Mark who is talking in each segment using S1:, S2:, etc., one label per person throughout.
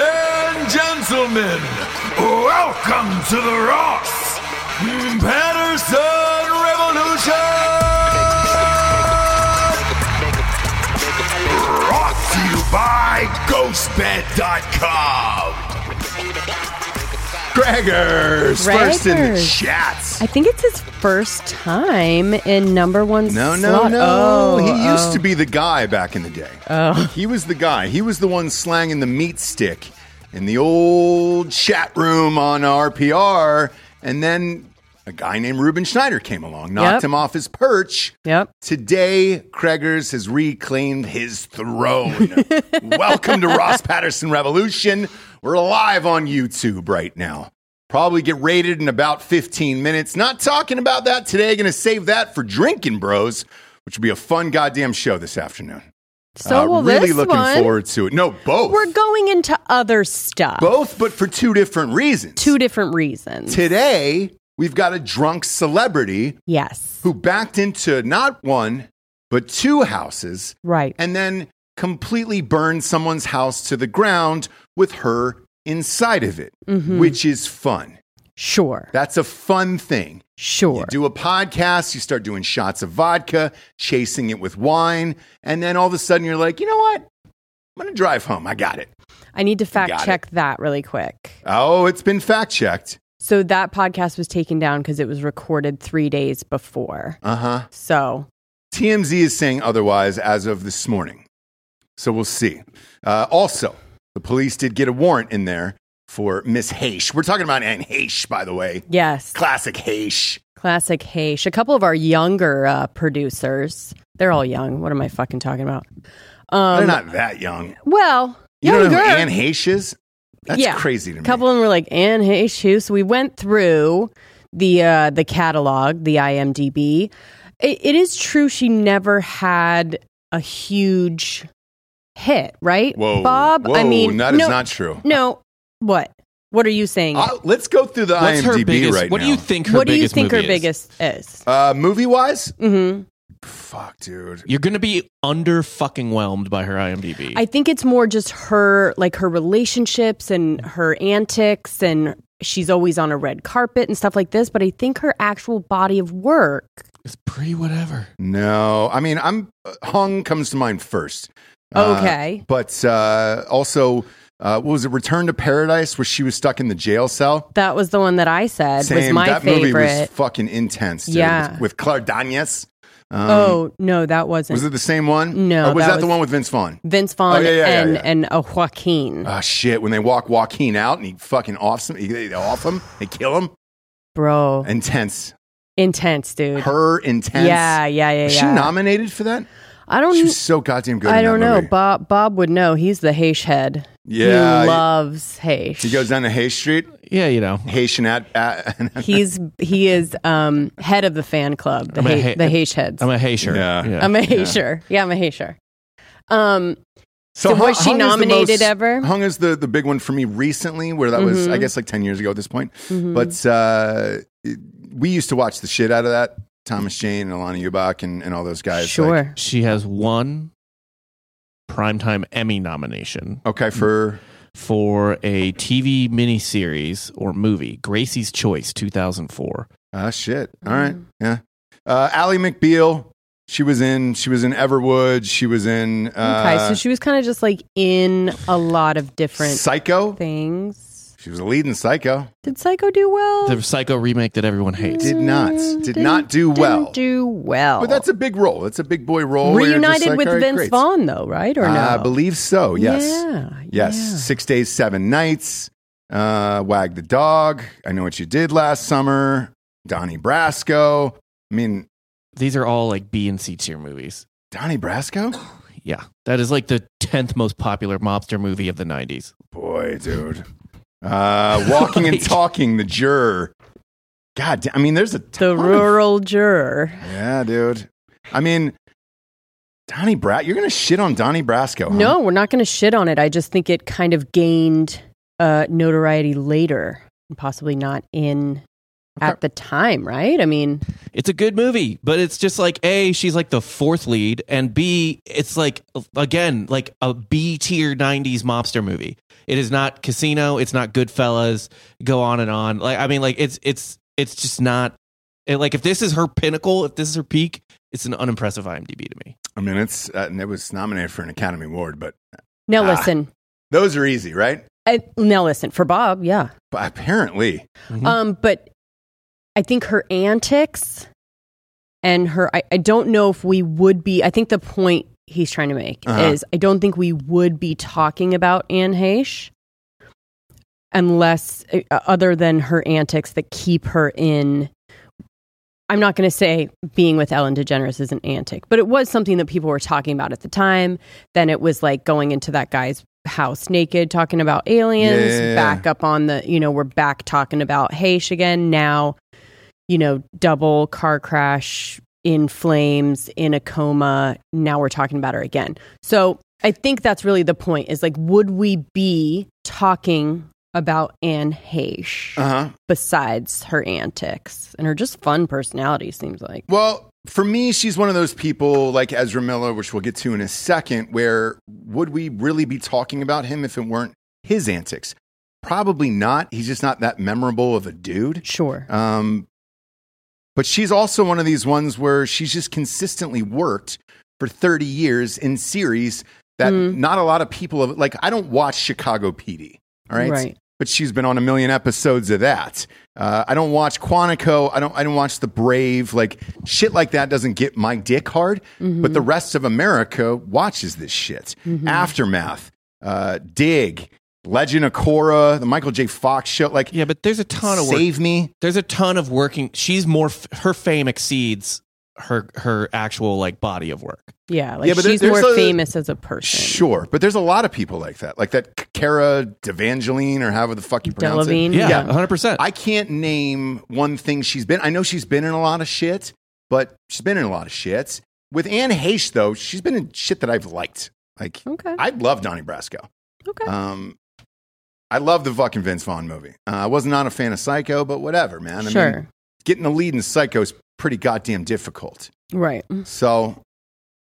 S1: and gentlemen, welcome to the Ross Patterson Revolution! Brought to you by GhostBed.com.
S2: Gregor's first in the
S3: Gregor's.
S2: chats.
S3: I think it's his first time in number one.
S2: No, no,
S3: slot.
S2: no.
S3: Oh,
S2: he used
S3: oh.
S2: to be the guy back in the day. Oh. He was the guy. He was the one slanging the meat stick in the old chat room on RPR. And then a guy named Ruben Schneider came along, knocked
S3: Yep.
S2: him off his perch.
S3: Yep.
S2: Today, Kregers has reclaimed his throne. Welcome to Ross Patterson Revolution. We're live on YouTube right now. Probably get rated in about 15 minutes. Not talking about that today. Going to save that for Drinking Bros, which will be a fun goddamn show this afternoon.
S3: So
S2: Uh,
S3: will
S2: really
S3: this
S2: looking
S3: one.
S2: forward to it. No, both.
S3: We're going into other stuff.
S2: both, but for two different reasons.
S3: Two different reasons.
S2: today, we've got a drunk celebrity
S3: yes.
S2: who backed into not one, but two houses
S3: Right.
S2: and then completely burned someone's house to the ground with her inside of it, which is fun.
S3: Sure.
S2: That's a fun thing.
S3: Sure.
S2: You do a podcast, you start doing shots of vodka, chasing it with wine, and then all of a sudden you're like, you know what? I'm going to drive home. I got it.
S3: I need to fact
S2: Got
S3: check that really quick.
S2: Oh, it's been fact checked.
S3: So that podcast was taken down because it was recorded three days before.
S2: Uh huh.
S3: So
S2: TMZ is saying otherwise as of this morning. So we'll see. Uh, also, the police did get a warrant in there for Miss Haish. We're talking about Anne Haish, by the way.
S3: yes,
S2: Classic Haish.
S3: Classic Haish. A couple of our younger uh, producers. They're all young. What am I fucking talking about?
S2: They're
S3: Um,
S2: not that young.
S3: well,
S2: You
S3: younger.
S2: don't know who Anne Haish is? That's
S3: Yeah.
S2: crazy to me.
S3: a couple of them were like Anne Haish. who-" So we went through the uh, the catalog, the IMDb. It, it is true she never had a huge hit, right?
S2: Whoa.
S3: Bob.
S2: Whoa,
S3: I mean,
S2: that is
S3: no,
S2: not true.
S3: No, what? What are you saying?
S2: Uh, let's go through the
S4: What's
S2: IMDb
S4: her biggest?
S2: right
S4: what
S2: now.
S4: do you think her
S3: what do you
S4: biggest
S3: think her
S4: movie is?
S3: biggest is?
S2: Uh, movie wise,
S3: hmm
S2: fuck, dude.
S4: You're gonna be under fucking whelmed by her IMDb.
S3: I think it's more just her, like her relationships and her antics, and she's always on a red carpet and stuff like this. But I think her actual body of work.
S4: it's pretty whatever.
S2: No, I mean, I'm uh, Hung comes to mind first. Uh,
S3: Okay.
S2: but uh, also, uh, what was it? Return to Paradise, where she was stuck in the jail cell.
S3: That was the one that I said was
S2: Same.
S3: my
S2: that
S3: favorite.
S2: movie was fucking intense. Dude,
S3: Yeah.
S2: with, with Claire Danes. Um,
S3: oh no, that wasn't
S2: was it the same one?
S3: No,
S2: Or was
S3: that
S2: that, the
S3: was-
S2: one with Vince Vaughn?
S3: Vince Vaughn
S2: Oh, yeah, yeah, yeah,
S3: and
S2: yeah.
S3: and a Joaquin,
S2: Ah, shit! When they walk Joaquin out and he fucking offs him, he, they off him, they kill him.
S3: bro.
S2: Intense.
S3: Intense, dude.
S2: Her intense.
S3: yeah, yeah, yeah, yeah.
S2: Was she nominated for that?
S3: I don't.
S2: She was so goddamn good. in
S3: I
S2: that
S3: don't know.
S2: movie.
S3: Bob Bob would know. He's the Haish head.
S2: Yeah,
S3: he loves Haish.
S2: She goes down to Hay Street,
S4: Yeah, you know.
S2: Haitian at. at
S3: He's he is um, head of the fan club, the
S4: I'm a
S3: ha-
S4: ha-
S3: the Haish heads.
S4: I'm a Haysher.
S2: Yeah.
S3: I'm a Haysher. Yeah. I'm a Haysher. Um,
S2: so
S3: So was she
S2: Hung is the
S3: nominated
S2: most-
S3: ever? Mm-hmm.
S2: Hung is the the big one for me recently, where that was I guess like ten years ago at this point. But uh, it- we used to watch the shit out of that. Thomas Jane and Alana Ubach and, and all those guys. like-
S3: sure.
S4: She has one primetime Emmy nomination
S2: okay, for
S4: for a TV miniseries or movie, Gracie's Choice 2004.
S2: ah shit. All right,
S3: Mm.
S2: yeah. Uh, Allie McBeal. She was in. She was in Everwood. She was in. Uh,
S3: okay, so she was kind of just like in a lot of different
S2: Psycho.
S3: things.
S2: She was a lead in Psycho.
S3: Did Psycho do well? Mm,
S4: The psycho remake that everyone hates.
S2: Did not. Did
S3: Didn't-
S2: not do
S3: didn't
S2: well.
S3: do well.
S2: But that's a big role. That's a big boy role. where you're just
S3: reunited
S2: like,
S3: with
S2: all right,
S3: Vince
S2: great.
S3: Vaughn though, right or no?
S2: I believe so. Yes.
S3: Yeah,
S2: Yes.
S3: yeah.
S2: Six days, seven nights. Uh, Wag the dog. I know what you did last summer. Donnie Brasco. I mean,
S4: These are all like B and C tier movies.
S2: Donnie Brasco.
S4: Yeah. That is like the 10th most popular mobster movie of the 90s.
S2: Boy, dude. Uh, walking and
S4: Like-
S2: talking. The juror. God, da- I mean, there's a
S3: The
S2: ton of-
S3: rural juror.
S2: yeah, dude. I mean, Donnie Brat. You're gonna shit on Donnie Brasco? huh?
S3: No, we're not going to shit on it. I just think it kind of gained uh, notoriety later, and possibly not in at the time, right? I mean,
S4: It's a good movie, but it's just like A, she's like the fourth lead, and B, it's like again, like a B tier 90s mobster movie. It is not Casino, it's not Goodfellas, go on and on. Like I mean like it's it's it's just not it, like if this is her pinnacle, if this is her peak, it's an unimpressive IMDb to me.
S2: I mean, it's uh, and it was nominated for an Academy Award, but
S3: now
S2: Ah.
S3: listen.
S2: those are easy, right?
S3: I, now listen, for Bob, yeah.
S2: But apparently,
S4: Mhm.
S3: Um, but I think her antics and her, I, I don't know if we would be, I think the point he's trying to make
S2: Uh-huh.
S3: is I don't think we would be talking about Anne Heche unless, uh, other than her antics that keep her in. I'm not going to say being with Ellen DeGeneres is an antic, but it was something that people were talking about at the time. Then it was like going into that guy's house naked, talking about aliens,
S2: Yeah.
S3: back up on the, you know, we're back talking about Haish again. Now, you know, double car crash in flames, in a coma. Now we're talking about her again. So I think that's really the point is like, would we be talking about Anne Haish?
S2: uh huh.
S3: besides her antics and her just fun personality seems like
S2: Well, for me, she's one of those people like Ezra Miller, which we'll get to in a second. Where would we really be talking about him if it weren't his antics? Probably not. He's just not that memorable of a dude.
S3: sure
S2: Um, but she's also one of these ones where she's just consistently worked for 30 years in series that
S3: Mm.
S2: not a lot of people have. Like, I don't watch Chicago PD. All right.
S3: Right.
S2: But she's been on a million episodes of that. Uh, I don't watch Quantico. I don't. I don't watch The Brave. Like shit like that doesn't get my dick hard. But the rest of America watches this shit. Aftermath, uh, Dig, Legend of Korra, the Michael J. Fox show. Like
S4: yeah, but there's a ton of work
S2: Save Me.
S4: there's a ton of working she's more f- her fame exceeds her her actual like body of work
S3: yeah like
S2: Yeah, but there-
S3: she's
S2: there's
S3: more
S2: a-
S3: famous as a person
S2: Sure, but there's a lot of people like that, like that Cara Devangeline or however the fuck you pronounce
S3: Delevingne,
S2: it.
S4: yeah,
S3: Yeah.
S4: 100%
S2: I can't name one thing she's been. I know she's been in a lot of shit, but she's been in a lot of shit. With Anne Heche, though, she's been in shit that I've liked. Like
S3: okay
S2: Uh, I love Donnie Brasco.
S3: okay
S2: Um, I love the fucking Vince Vaughn movie. Uh, I was not a fan of Psycho, but whatever, man. I
S3: sure.
S2: mean, getting the lead in Psycho is pretty goddamn difficult.
S3: right.
S2: So,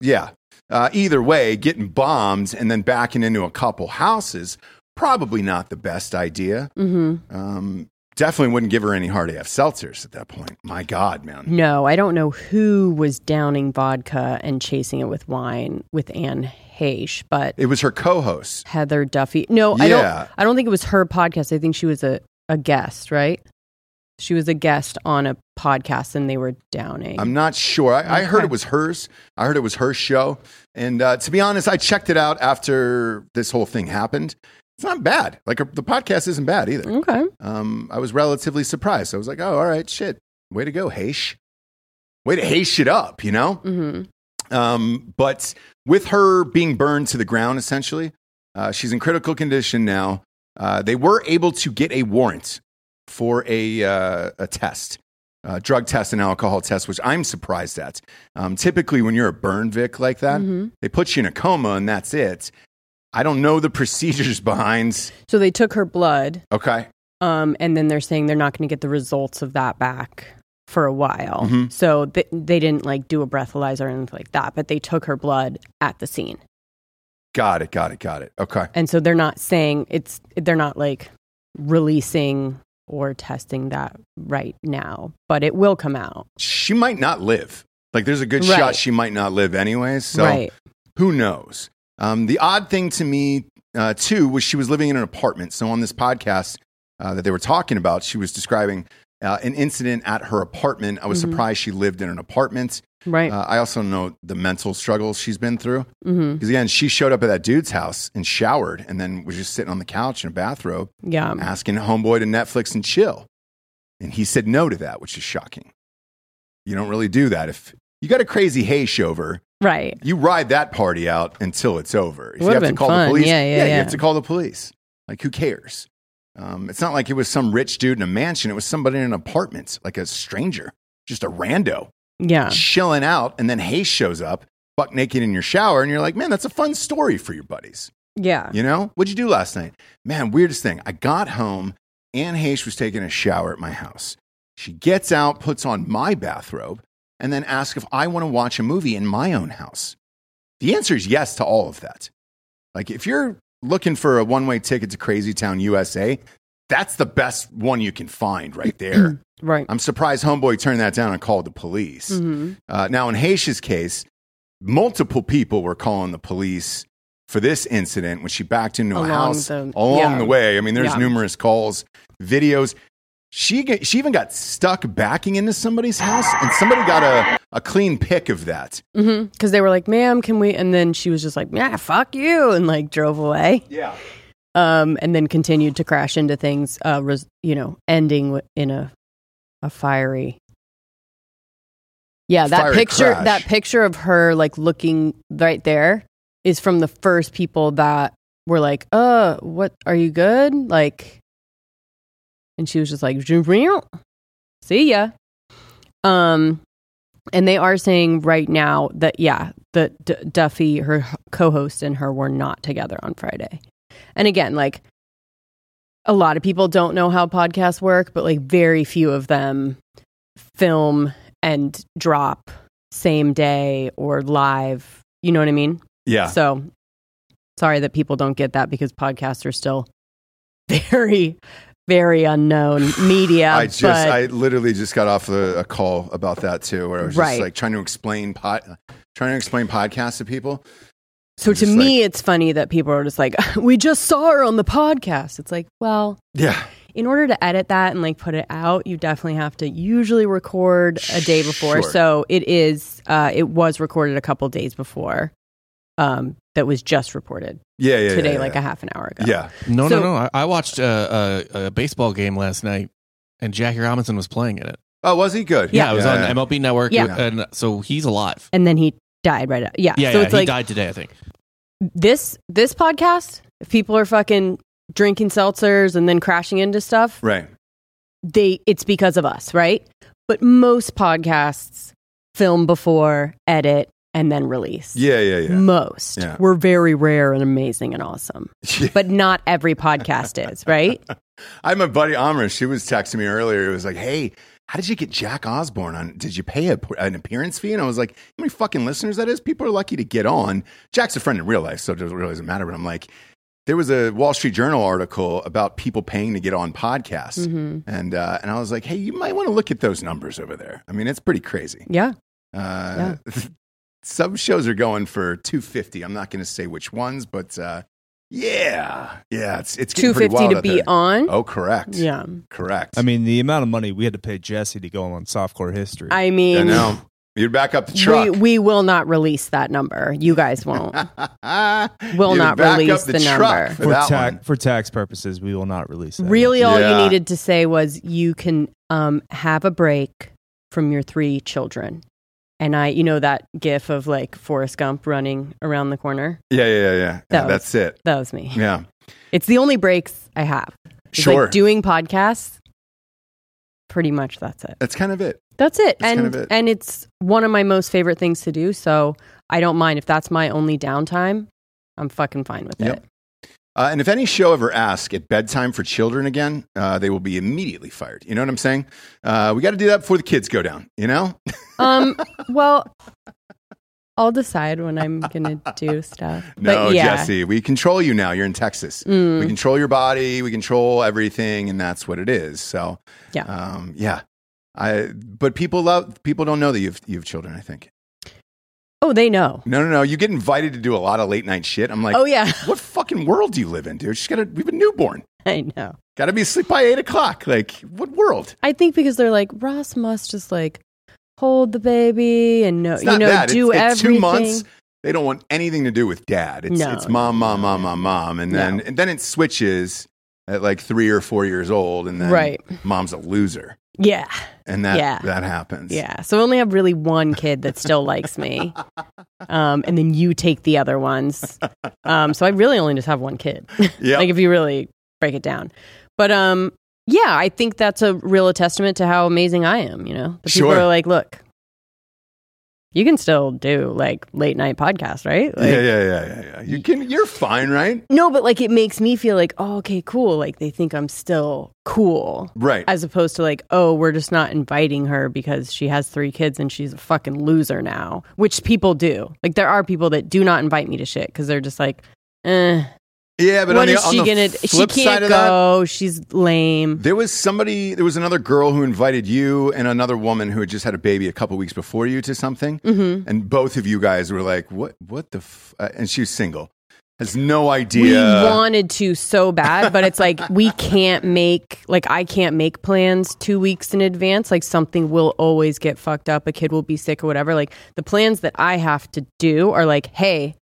S2: yeah. Uh, either way, getting bombed and then backing into a couple houses probably not the best idea.
S3: hmm
S2: Um, definitely wouldn't give her any hard AF seltzers at that point. My God, man.
S3: No, I don't know who was downing vodka and chasing it with wine with Anne Heche, but
S2: It was her co-host.
S3: Heather Duffy. No, I
S2: Yeah.
S3: don't. I don't think it was her podcast. I think she was a, a guest, right? She was a guest on a podcast, and they were downing.
S2: I'm not sure. I, I heard
S3: Okay.
S2: it was hers. I heard it was her show. And uh, to be honest, I checked it out after this whole thing happened. It's not bad. Like her, the podcast isn't bad either.
S3: okay.
S2: um, I was relatively surprised. I was like, oh, all right, shit. Way to go, Haish. Way to Haish it up, you know?
S3: hmm
S2: Um, but with her being burned to the ground, essentially, uh, she's in critical condition now. Uh, they were able to get a warrant for a, uh, a test, a drug test and alcohol test, which I'm surprised at. Um, typically, when you're a burn Vic like that,
S3: Mhm.
S2: they put you in a coma and that's it. I don't know the procedures behind.
S3: So they took her blood,
S2: Okay.
S3: um, and then they're saying they're not going to get the results of that back for a while.
S2: Mhm.
S3: So th- they didn't like do a breathalyzer or anything like that, but they took her blood at the scene.
S2: Got it. Got it. Got it. Okay.
S3: and so they're not saying it's they're not like releasing or testing that right now but it will come out
S2: she might not live. Like there's a good
S3: Right.
S2: shot she might not live anyways. So
S3: right
S2: who knows? Um, the odd thing to me uh, too was she was living in an apartment. So on this podcast uh, that they were talking about, she was describing uh, an incident at her apartment. I was surprised she lived in an apartment.
S3: Mm-hmm. right
S2: Uh, I also know the mental struggles she's been through.
S3: hmm
S2: Because again, she showed up at that dude's house and showered, and then was just sitting on the couch in a bathrobe,
S3: yeah
S2: asking homeboy to Netflix and chill. And he said no to that, which is shocking. You don't really do that. If you got a crazy hash over,
S3: right
S2: you ride that party out until it's over. If you
S3: Would've
S2: have to
S3: been
S2: call
S3: fun.
S2: the police,
S3: Yeah, yeah,
S2: you
S3: yeah.
S2: have to call the police. Like, who cares? Um, it's not like it was some rich dude in a mansion. It was somebody in an apartment, like a stranger, just a rando
S3: yeah
S2: chilling out. And then Hayes shows up, buck naked in your shower. And you're like, man, that's a fun story for your buddies.
S3: yeah
S2: You know, what'd you do last night? Man, weirdest thing. I got home. Anne Hayes was taking a shower at my house. She gets out, puts on my bathrobe, and then asks if I want to watch a movie in my own house. The answer is yes to all of that. Like, if you're looking for a one way ticket to Crazy Town USA, that's the best one you can find right there.
S3: right
S2: I'm surprised Homeboy turned that down and called the police.
S3: hmm
S2: Uh, now, in Haish's case, multiple people were calling the police for this incident when she backed into
S3: Along
S2: a house
S3: the-
S2: along
S3: yeah.
S2: the way. I mean, there's
S3: Yeah.
S2: numerous calls, videos. She, get, she even got stuck backing into somebody's house, and somebody got a, a clean pick of that.
S3: hmm because they were like ma'am can we and then she was just like yeah fuck you and like drove away
S2: Yeah.
S3: um and then continued to crash into things uh res- you know ending w- in a a fiery yeah that
S2: Fiery
S3: picture
S2: crash.
S3: that picture of her like looking right there is from the first people that were like uh what are you good like and she was just like see ya um and they are saying right now that yeah that D- duffy her h- co-host and her were not together on friday and again like a lot of people don't know how podcasts work but like very few of them film and drop same day or live you know what i mean
S2: Yeah.
S3: so sorry that people don't get that because podcasts are still very very unknown media
S2: I just,
S3: but-
S2: I literally just got off a, a call about that too, where I was
S3: Right.
S2: just like trying to explain pod, trying to explain podcasts to people.
S3: So
S2: It's
S3: to
S2: just
S3: me, it's funny that people are just like, we just saw her on the podcast. It's like, well,
S2: Yeah.
S3: in order to edit that and like put it out, you definitely have to usually record a day before.
S2: Sure.
S3: So it is, uh, it was recorded a couple days before. Um, that was just reported
S2: Yeah. Yeah.
S3: today,
S2: yeah,
S3: like
S2: yeah.
S3: a half an hour ago.
S2: yeah.
S4: No,
S3: So-
S4: no, no. I, I watched a, a, a baseball game last night, and Jackie Robinson was playing in it.
S2: Oh, was he good?
S4: Yeah, it was on MLB Network.
S3: Yeah.
S4: and so he's alive.
S3: And then he died right. Out. Yeah.
S4: Yeah,
S3: so
S4: yeah,
S3: it's
S4: he
S3: like
S4: died today, I think.
S3: this this podcast. If people are fucking drinking seltzers and then crashing into stuff,
S2: Right.
S3: they it's because of us, right? But most podcasts film before, edit, and then release.
S2: Yeah, yeah, yeah.
S3: Most
S2: Yeah.
S3: were very rare and amazing and awesome, but not every podcast is, right?
S2: I had my buddy Amrish. She was texting me earlier. It was like, hey, how did you get Jack Osborne on? Did you pay a, an appearance fee? And I was like, how many fucking listeners that is? People are lucky to get on. Jack's a friend in real life, so it doesn't really doesn't matter. But I'm like, there was a Wall Street Journal article about people paying to get on
S3: Mm-hmm.
S2: podcasts. And, uh, and I was like, hey, you might want to look at those numbers over there. I mean, it's pretty crazy.
S3: Yeah.
S2: Uh, some shows are going for 250. I'm not going to say which ones, but uh, yeah. Yeah, it's, it's getting pretty
S3: 250
S2: wild
S3: to
S2: out
S3: be
S2: there.
S3: on.
S2: Oh, correct.
S3: Yeah.
S2: Correct.
S5: I mean, the amount of money we had to pay Jesse to go on softcore history.
S3: I
S2: I
S3: mean,
S2: know. You'd back up the truck.
S3: we, we will not release that number. You guys won't. will
S2: You'd
S3: not
S2: back up
S3: release the
S2: truck
S3: number.
S2: For
S5: for,
S2: that
S5: ta-
S2: one.
S5: for tax purposes, we will not release that.
S3: Really, all
S2: Yeah.
S3: you needed to say was you can um, have a break from your three children. And I, you know, that gif of like Forrest Gump running around the corner.
S2: Yeah, yeah, yeah, yeah.
S3: That
S2: yeah
S3: was-
S2: that's it.
S3: That was me.
S2: Yeah.
S3: It's the only breaks I have. It's
S2: Sure.
S3: Like doing podcasts. Pretty much that's it.
S2: that's kind of it.
S3: That's it.
S2: That's
S3: and
S2: kind of it.
S3: and it's one of my most favorite things to do, so I don't mind if that's my only downtime. I'm fucking fine with
S2: Yep.
S3: it.
S2: Uh, and if any show ever asks at bedtime for children again, uh, they will be immediately fired. You know what I'm saying? Uh, we got to do that before the kids go down, you know?
S3: Um well I'll decide when I'm going to do stuff.
S2: no,
S3: but yeah.
S2: Jesse, we control you now. You're in Texas.
S3: Mm.
S2: We control your body, we control everything, and that's what it is. So,
S3: Yeah.
S2: um, yeah. I, but people love people don't know that you've you have children. I think
S3: Oh, they know.
S2: no, no, no. You get invited to do a lot of late night shit. I'm like,
S3: oh yeah,
S2: what fucking world do you live in, dude? She's gotta we have a newborn.
S3: I know.
S2: Gotta be asleep by eight o'clock. Like, what world?
S3: I think because they're like Ross must just like hold the baby and no,
S2: It's
S3: Oh,
S2: not
S3: you know,
S2: that.
S3: do
S2: it's, it's
S3: everything.
S2: two months. They don't want anything to do with dad. It's
S3: No.
S2: it's mom, mom, mom, mom, mom. And then
S3: No.
S2: and then it switches at like three or four years old and then
S3: Right.
S2: mom's a loser.
S3: Yeah,
S2: And that
S3: Yeah.
S2: that happens.
S3: yeah. So I only have really one kid that still likes me, um, and then you take the other ones. Um, so I really only just have one kid.
S2: Yeah.
S3: like if you really break it down, but um, yeah, I think that's a real testament to how amazing I am. You know, the people
S2: Sure.
S3: are like, look. You can still do like late night podcast, right? Like,
S2: yeah, yeah, yeah, yeah, yeah. You can you're fine, right?
S3: No, but like it makes me feel like, oh, okay, cool. Like they think I'm still cool.
S2: Right.
S3: As opposed to like, oh, we're just not inviting her because she has three kids and she's a fucking loser now, which people do. Like there are people that do not invite me to shit because they're just like, eh,
S2: yeah, but
S3: what
S2: on
S3: is
S2: the, on
S3: she
S2: the
S3: gonna? She
S2: flip side
S3: can't
S2: of that,
S3: go. she's lame.
S2: There was somebody, there was another girl who invited you and another woman who had just had a baby a couple weeks before you to something. Mm-hmm. And both of you guys were like, what, what the, f-? Uh, and she was single, has no
S3: We
S2: idea.
S3: wanted to so bad, but it's like we can't make like I can't make plans two weeks in advance. Like something will always get fucked up. A kid will be sick or whatever. Like the plans that I have to do are like, hey,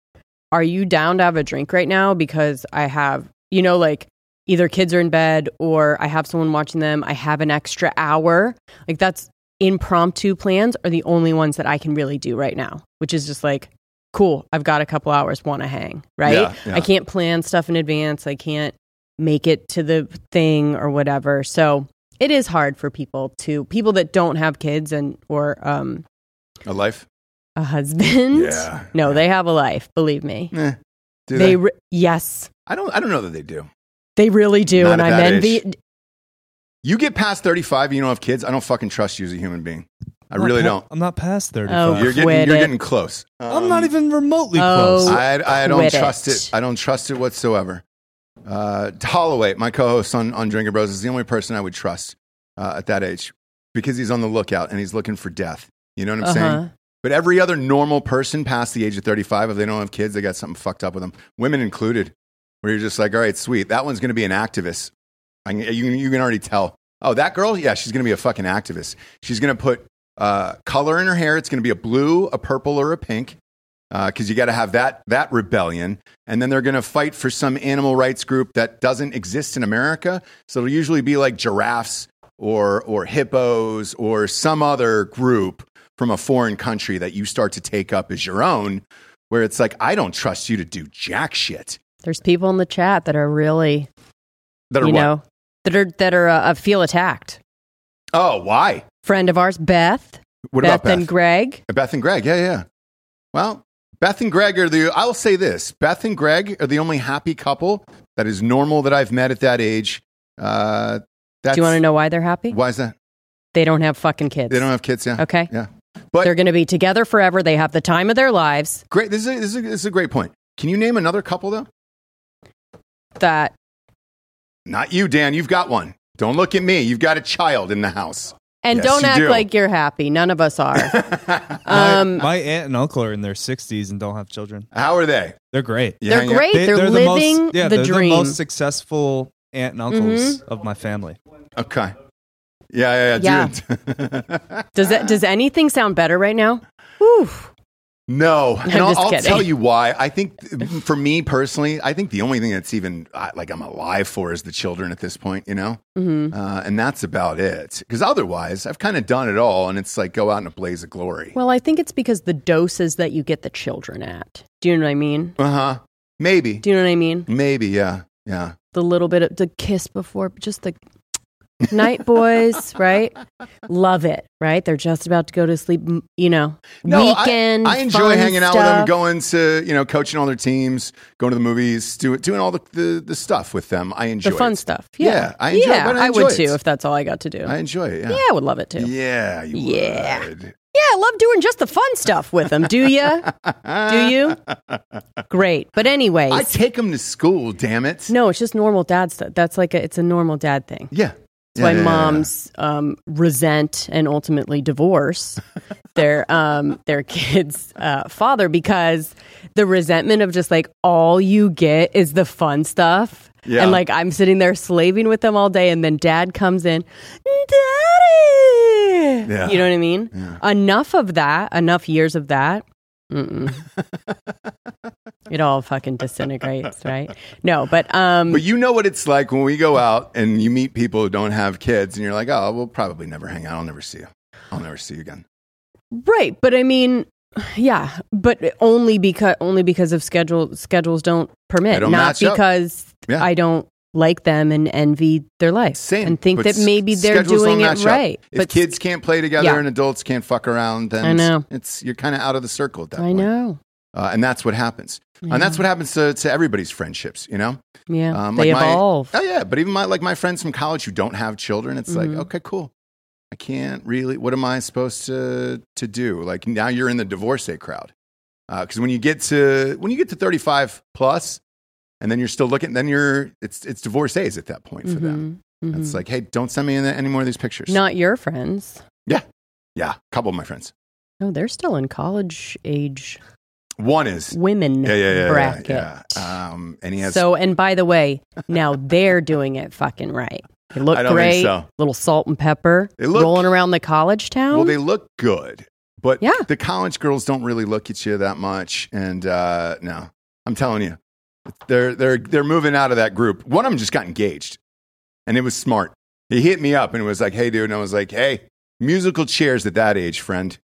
S3: are you down to have a drink right now? Because I have, you know, like either kids are in bed or I have someone watching them. I have an extra hour. Like that's impromptu plans are the only ones that I can really do right now, which is just like, cool, I've got a couple hours, want to hang, right?
S2: Yeah, yeah.
S3: I can't plan stuff in advance. I can't make it to the thing or whatever. So it is hard for people to people that don't have kids and or um
S2: a life.
S3: a husband.
S2: Yeah,
S3: Mm-hmm. No, they have a life, believe me.
S2: Eh, do
S3: they
S2: they?
S3: re- yes,
S2: I don't, I don't know that they do.
S3: they really do,
S2: Not
S3: and
S2: at
S3: I'm
S2: that
S3: envy.
S2: age. You get past 35 and you don't have kids. I don't fucking trust you as a human being. I
S5: I'm not
S2: really
S5: pa-
S2: don't.
S5: I'm not past 35.
S3: Oh,
S2: You're getting,
S3: Quit
S2: you're
S3: it.
S2: getting close.
S5: I'm
S2: Um,
S5: not even remotely
S3: Oh.
S5: close.
S2: I, I don't
S3: Quit
S2: trust it.
S3: it.
S2: I don't trust it whatsoever. Uh, Holloway, my co-host on, on Drinker Bros, is the only person I would trust uh, at that age because he's on the lookout and he's looking for death. You know what I'm
S3: Uh-huh.
S2: saying? But every other normal person past the age of 35, if they don't have kids, they got something fucked up with them, women included, where you're just like, all right, sweet, that one's going to be an activist. I can, you, can- you can already tell. Oh, that girl? Yeah, she's going to be a fucking activist. She's going to put uh, color in her hair. It's going to be a blue, a purple, or a pink because you got to have that that rebellion, and then they're going to fight for some animal rights group that doesn't exist in America. So it'll usually be like giraffes or or hippos or some other group from a foreign country that you start to take up as your own. Where it's like, I don't trust you to do jack shit.
S3: There's people in the chat that are really,
S2: That are
S3: you
S2: what?
S3: know, that are that are uh, feel attacked.
S2: Oh, why?
S3: Friend of ours, Beth,
S2: What
S3: Beth,
S2: about Beth?
S3: and Greg.
S2: Beth and Greg? Yeah, yeah. Well, Beth and Greg are the. I will say this: Beth and Greg are the only happy couple that is normal that I've met at that age. Uh, that's,
S3: Do you want to know why they're happy?
S2: why is that?
S3: They don't have fucking kids.
S2: They don't have kids. Yeah.
S3: Okay.
S2: Yeah. But-
S3: they're going to be together forever. They have the time of their lives.
S2: Great. This is, a, this, is a, this is a great point. Can you name another couple though?
S3: That
S2: Not you, Dan. You've got one. Don't look at me. You've got a child in the house.
S3: and
S2: Yes,
S3: don't
S2: you
S3: act
S2: do.
S3: like you're happy. None of us are.
S5: My,
S3: um,
S5: my aunt and uncle are in their 60s and don't have children.
S2: How are they?
S5: They're great.
S2: You
S3: they're
S2: hang out?
S3: great. They, are living
S5: the, most, yeah,
S3: the
S5: they're
S3: dream. Mm-hmm.
S5: the most successful aunt and uncles of my family.
S2: Okay. Yeah, yeah, yeah. Dude.
S3: does that, does anything sound better right now? Whew.
S2: no, and I'll,
S3: just
S2: I'll
S3: kidding.
S2: tell you why. I think, for me personally, I think the only thing that's even uh, like I'm alive for is the children at this point, you know?
S3: Mhm.
S2: Uh, and that's about it. Because otherwise, I've kind of done it all, and it's like go out in a blaze of glory.
S3: Well, I think it's because the doses that you get the children at. Do you know what I mean?
S2: Uh huh. Maybe.
S3: Do you know what I mean?
S2: Maybe. Yeah. Yeah.
S3: The little bit of the kiss before, just the night boys, right? Love it, right? They're just about to go to sleep. m- You know,
S2: No, I-
S3: weekend.
S2: I, enjoy
S3: fun
S2: hanging out with them,
S3: stuff.
S2: going to you know, coaching all their teams, going to the movies, doing doing all the, the, the stuff with them. I enjoy
S3: the fun
S2: it.
S3: stuff.
S2: Yeah,
S3: Yeah,
S2: I enjoy it,
S3: yeah,
S2: but I
S3: I, would
S2: enjoy it.
S3: too if that's all I got to do.
S2: I enjoy it.
S3: yeah,
S2: Yeah.
S3: I would love it too.
S2: Yeah.
S3: Yeah.
S2: You
S3: Yeah.
S2: would.
S3: I love doing just the fun stuff with them. Do you? do you? Great. But anyways,
S2: I take them to school. Damn it.
S3: no, it's just normal dad stuff. That's like a, it's a normal dad thing.
S2: Yeah.
S3: That's why moms um, resent and ultimately divorce their um, their kids' uh, father because the resentment of just like all you get is the fun stuff.
S2: Yeah.
S3: And like I'm sitting there slaving with them all day, and then dad comes in, daddy.
S2: Yeah.
S3: You know what I mean? Enough of that. Enough years of that. Mm-mm. it all fucking disintegrates, right? No, but um,
S2: But you know what it's like when we go out and you meet people who don't have kids, and you're like, "Oh, we'll probably never hang out. I'll never see you. I'll never see you again."
S3: Right, but I mean, yeah, but only because only because of schedule schedules don't
S2: They
S3: permit,
S2: don't
S3: not
S2: match up.
S3: because
S2: Yeah.
S3: I don't like them and envy their life
S2: Same.
S3: and think
S2: but
S3: that
S2: s-
S3: maybe they're
S2: schedules don't
S3: doing
S2: match up.
S3: it right.
S2: If
S3: but
S2: kids can't play together
S3: Yeah.
S2: and adults can't fuck around, then
S3: I know.
S2: it's you're kind of out of the circle at that
S3: I
S2: point.
S3: know,
S2: Uh, and that's what happens. And that's what happens to, to everybody's friendships, you know?
S3: yeah,
S2: Um,
S3: they
S2: like my-
S3: evolve.
S2: Oh yeah, but even my like my friends from college who don't have children, it's
S3: Mm-hmm.
S2: like okay, cool. I can't really. What am I supposed to to do? Like now you're in the divorcee crowd because when you get to when you get to 35 plus, and then you're still looking, then you're it's it's divorcees at that point for them.
S3: Mhm, mhm.
S2: It's like hey, don't send me any, any more of these pictures.
S3: Not your friends.
S2: yeah, a couple of my friends.
S3: No, they're still in college age
S2: One is
S3: women
S2: yeah yeah yeah yeah,
S3: bracket.
S2: yeah, Um, and he has
S3: So, and by the way, now they're doing it fucking right. They look
S2: I don't
S3: great.
S2: think so.
S3: Little salt and pepper
S2: They look-
S3: rolling around the college town.
S2: Well, they look good, but
S3: Yeah.
S2: the college girls don't really look at you that much. And uh, no, I'm telling you, they're they're they're moving out of that group. One of them just got engaged, and it was smart. He hit me up and was like, "Hey, dude," and I was like, "Hey, musical chairs at that age, friend.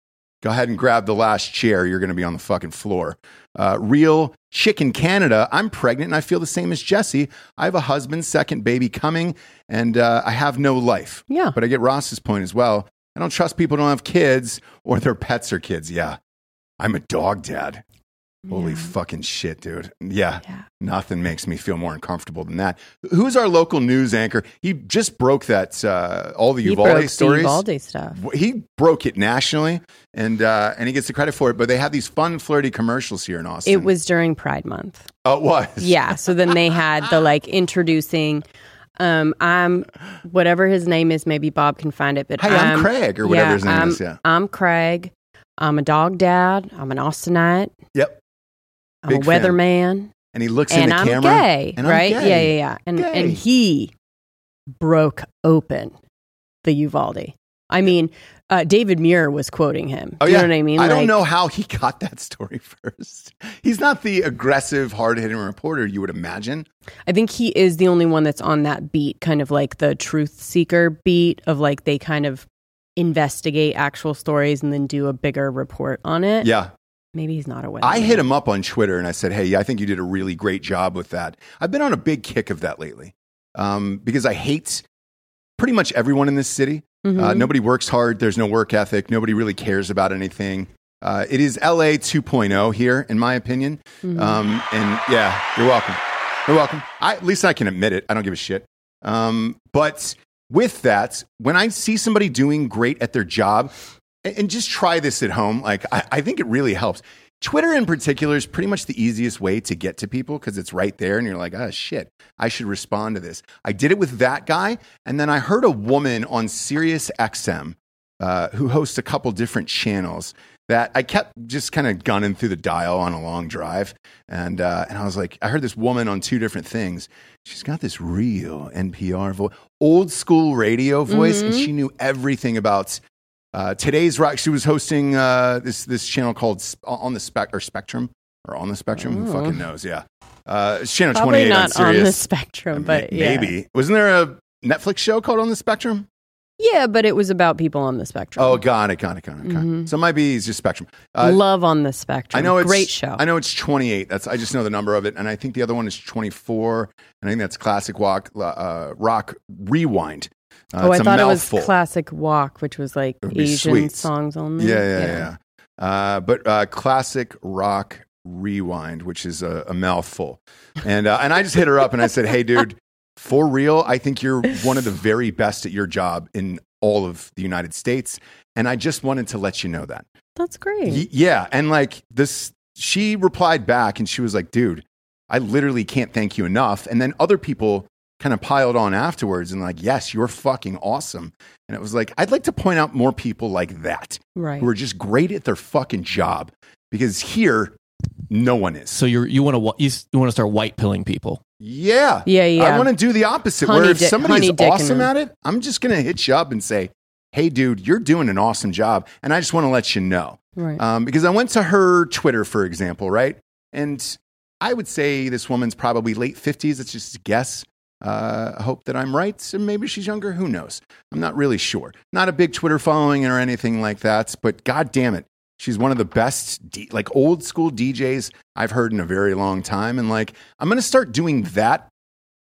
S2: Go ahead and grab the last chair. You're going to be on the fucking floor." Uh, real chicken Canada. I'm pregnant and I feel the same as Jesse. I have a husband, second baby coming, and uh, I have no life.
S3: yeah.
S2: But I get Ross's point as well. I don't trust people who don't have kids or their pets are kids. Yeah. I'm a dog dad. Holy fucking shit, dude. Yeah.
S3: Yeah.
S2: Nothing makes me feel more uncomfortable than that. Who's our local news anchor? He just broke that, uh, all the
S3: He
S2: Uvalde
S3: broke the
S2: stories.
S3: Uvalde stuff.
S2: He broke it nationally and, uh, and he gets the credit for it, but they have these fun, flirty commercials here in Austin.
S3: It was during Pride Month.
S2: Oh, it was.
S3: Yeah. So then they had the like introducing. Um, I'm whatever his name is. Maybe Bob can find it. But um,
S2: Hey, I'm Craig, or whatever
S3: yeah, um,
S2: his name
S3: I'm-
S2: is, yeah.
S3: I'm Craig. I'm a dog dad. I'm an Austinite.
S2: Yep.
S3: I'm
S2: Big
S3: a
S2: fan.
S3: weatherman,
S2: And he looks in
S3: and
S2: the
S3: I'm
S2: camera.
S3: gay.
S2: and I'm
S3: right?
S2: gay.
S3: Yeah, yeah, yeah. And and
S2: Gay.
S3: he broke open the Uvalde. I mean, uh, David Muir was quoting him.
S2: Oh,
S3: you
S2: yeah.
S3: know what I mean?
S2: I don't
S3: Like,
S2: know how he got that story first. He's not the aggressive, hard hitting reporter you would imagine.
S3: I think he is the only one that's on that beat, kind of like the truth seeker beat of like they kind of investigate actual stories and then do a bigger report on it.
S2: Yeah.
S3: Maybe he's not a winner.
S2: I hit him up on Twitter and I said, Hey, I think you did a really great job with that. I've been on a big kick of that lately um, because I hate pretty much
S3: Mm-hmm.
S2: Uh, everyone in this city. Uh, nobody works hard. There's no work ethic. Nobody really cares about anything. Uh, it is LA 2.0 here, in my opinion.
S3: Mm-hmm.
S2: Um, and yeah, you're welcome. You're welcome. I, at least I can admit it. I don't give a shit. Um, but with that, when I see somebody doing great at their job, and, and just try this at home, like I, I think it really helps. Twitter in particular is pretty much the easiest way to get to people because it's right there and you're like, ah, shit, I should respond to this. I did it with that guy. And then I heard a woman on Sirius XM uh, who hosts a couple different channels that I kept just kind of gunning through the dial on a long drive. And, uh, and I was like, I heard this woman on two different things. She's got this real NPR voice, old school radio voice, and she knew everything about uh, today's rock. She was hosting uh, this this channel called Sp- on the spec or Spectrum or on the Spectrum. Who fucking knows? Yeah, uh, it's channel twenty
S3: Oh. Probably
S2: eight
S3: not
S2: on
S3: on, the
S2: Sirius.
S3: spectrum,
S2: Ma-
S3: but yeah.
S2: maybe wasn't there a Netflix show called On the Spectrum?
S3: Yeah, but it was about people on the spectrum.
S2: Oh, got it, got it, got it. got it. So it might be it's just Spectrum. Uh,
S3: Love on the Mm-hmm. spectrum.
S2: I know it's
S3: great show.
S2: I know it's 28. That's I just know the number of it, and I think the other one is 24. And I think that's Classic Walk uh, Rock Rewind. Uh,
S3: oh, I
S2: it's a
S3: thought it was
S2: mouthful.
S3: classic walk, which was like
S2: It would be
S3: Asian
S2: sweets.
S3: songs only.
S2: Yeah, yeah, yeah. Uh, but uh, classic rock rewind, which is a, a mouthful, and uh, and I just hit her up and I said, "Hey, dude, for real, I think you're one of the very best at your job in all of the United States, and I just wanted to let you know that."
S3: That's great.
S2: Y- yeah, and like this, she replied back and she was like, "Dude, I literally can't thank you enough." And then other people kind of piled on afterwards and like, "Yes, you're fucking awesome." And it was like, I'd like to point out more people like that
S3: right.
S2: who are just great at their fucking job because here no one is.
S4: So you're, you want to you, s- you want to start white pilling people.
S2: Yeah.
S3: Yeah, yeah.
S2: I want to do the opposite
S3: Honey
S2: where if
S3: dick-
S2: somebody's
S3: honey dicking
S2: awesome at
S3: them.
S2: it, I'm just going to hit you up and say, "Hey dude, you're doing an awesome job and I just want to let you know."
S3: right.
S2: Um, because I went to her Twitter, for example, right? And I would say this woman's probably late 50s. It's just a guess. Uh, I hope that I'm right. And maybe she's younger. Who knows? I'm not really sure. Not a big Twitter following or anything like that. But God damn it. She's one of the best, D- like old school DJs I've heard in a very long time. And like, I'm going to start doing that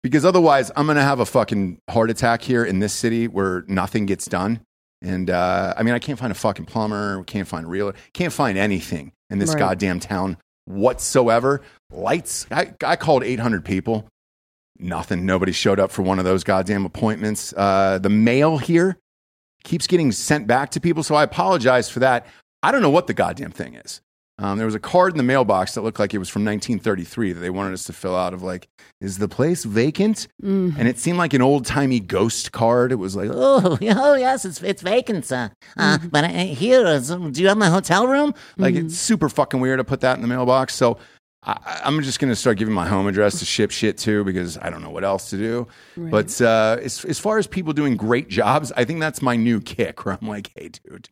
S2: because otherwise I'm going to have a fucking heart attack here in this city where nothing gets done. And uh, I mean, I can't find a fucking plumber, can't find a realtor, can't find anything in this
S3: Right.
S2: goddamn town whatsoever. Lights, I, I called 800 people. Nothing. Nobody showed up for one of those goddamn appointments. Uh, the mail here keeps getting sent back to people. So I apologize for that. I don't know what the goddamn thing is. Um, there was a card in the mailbox that looked like it was from 1933 that they wanted us to fill out of like, is the place vacant?
S3: Mm.
S2: And it seemed like an old timey ghost card. It was like, oh,
S6: Oh, oh yes, it's it's vacant, sir. Uh, But uh, here, is, do you have my hotel room?
S2: like it's super fucking weird to put that in the mailbox. So I- I, I'm just gonna start giving my home address to ship shit to because I don't know what else to do. But uh, as as far as people doing great jobs, I think that's my new kick. Where I'm like, hey, dude,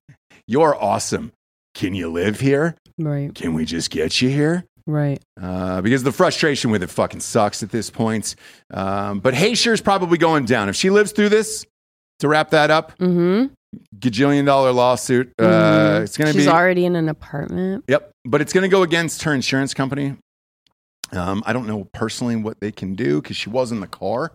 S2: you're awesome. Can you live here?
S3: Right.
S2: Can we just get you here?
S3: Right.
S2: Uh, because the frustration with it fucking sucks at this point. Um, but Hayshir's probably going down. If she lives through this, to wrap that up,
S3: Mm-hmm.
S2: gajillion dollar lawsuit. Uh, It's going to
S3: She's
S2: be.
S3: already in an apartment.
S2: Yep. But it's going to go against her insurance company. Um, I don't know personally what they can do because she was in the car.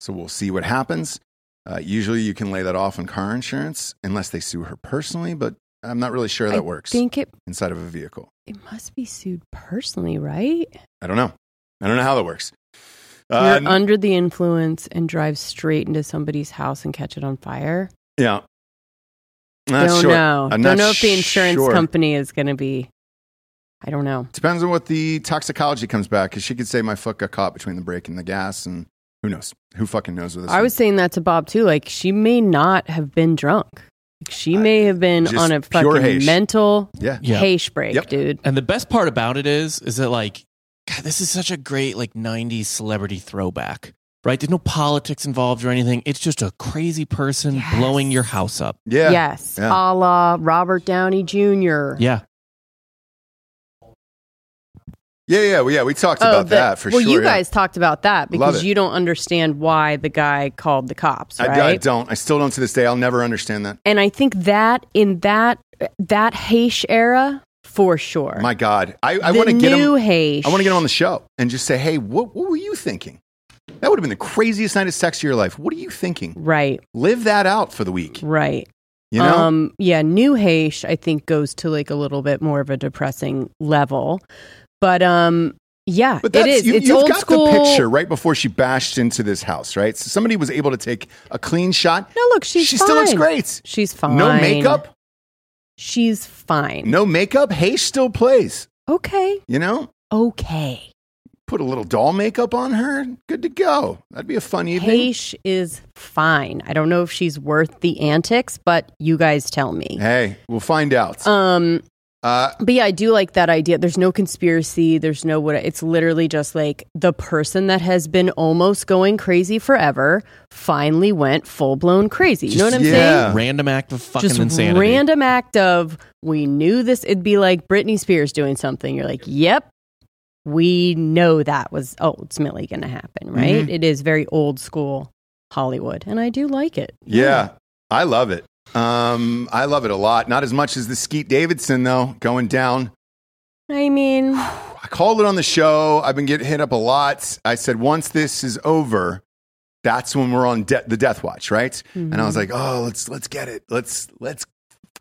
S2: So we'll see what happens. Uh, usually you can lay that off on car insurance unless they sue her personally, but I'm not really sure that
S3: I
S2: works
S3: Think it
S2: inside of a vehicle.
S3: it must be sued personally, right?
S2: I don't know. I don't know how that works. Uh,
S3: You're under the influence and drive straight into somebody's house and catch it on fire.
S2: yeah. Not
S3: don't
S2: sure.
S3: know.
S2: I'm
S3: don't
S2: not
S3: know if the insurance
S2: sure.
S3: company is going to be. I don't know.
S2: Depends on what the toxicology comes back because she could say my foot got caught between the brake and the gas, and who knows? Who fucking knows with this?
S3: I was saying that to Bob too. Like she may not have been drunk. Like, she may have been
S2: just
S3: on a
S2: pure
S3: fucking
S2: hash.
S3: mental
S2: yeah.
S4: Yeah.
S3: hash break,
S2: Yep.
S3: dude.
S4: And the best part about it is, is that like, God, this is such a great like '90s celebrity throwback, right? There's no politics involved or anything. It's just a crazy person
S3: Yes.
S4: blowing your house up.
S2: yeah,
S3: Yes,
S2: Yeah.
S3: a la Robert Downey Jr.
S4: Yeah,
S2: yeah, yeah, well, yeah. We talked
S3: Oh,
S2: about
S3: the-
S2: that for
S3: well,
S2: sure.
S3: you
S2: yeah.
S3: guys talked about that because
S2: it.
S3: you don't understand why the guy called the cops,
S2: I,
S3: right?
S2: I don't. I still don't to this day. I'll never understand that.
S3: and I think that in that that Haish era for sure.
S2: My God, I, I
S3: The
S2: want to get
S3: new
S2: him.
S3: Haish.
S2: I want to get him on the show and just say, hey, what, what were you thinking? That would have been the craziest night of sex of your life. What are you thinking?
S3: right,
S2: Live that out for the week.
S3: right.
S2: You know,
S3: Um, yeah, new Haish, I think, goes to like a little bit more of a depressing level. But um, yeah,
S2: but
S3: it
S2: that's,
S3: is.
S2: You,
S3: it's
S2: you've
S3: old
S2: got
S3: school.
S2: the picture right before she bashed into this house, right? So somebody was able to take a clean shot.
S3: No, look, she's
S2: she still looks
S3: fine.
S2: great.
S3: She's fine.
S2: No makeup.
S3: She's fine.
S2: No makeup. Hay still plays.
S3: Okay.
S2: You know,
S3: Okay.
S2: put a little doll makeup on her. Good to go. That'd be a fun evening.
S3: Haish is fine. I don't know if she's worth the antics, but you guys tell me.
S2: Hey, we'll find out.
S3: Um,
S2: uh,
S3: but yeah, I do like that idea. There's no conspiracy. There's no what. It's literally just like the person that has been almost going crazy forever finally went full blown crazy. You know what I'm
S2: Just-
S3: saying?
S2: yeah.
S4: Random act of fucking
S3: just
S4: insanity.
S3: random act of we knew this it'd be like Britney Spears doing something you're like yep we know that was ultimately going to happen
S2: Mm-hmm.
S3: right It is very old school Hollywood and I do like it
S2: yeah, I love it. Um, I love it a lot. Not as much as the Skeet Davidson though. Going down.
S3: I mean
S2: I called it on the show. I've been getting hit up a lot. I said once this is over, that's when we're on de- the death watch, right? And
S3: hmm.
S2: I was
S3: Mm-hmm.
S2: like, oh, let's let's get it. Let's let's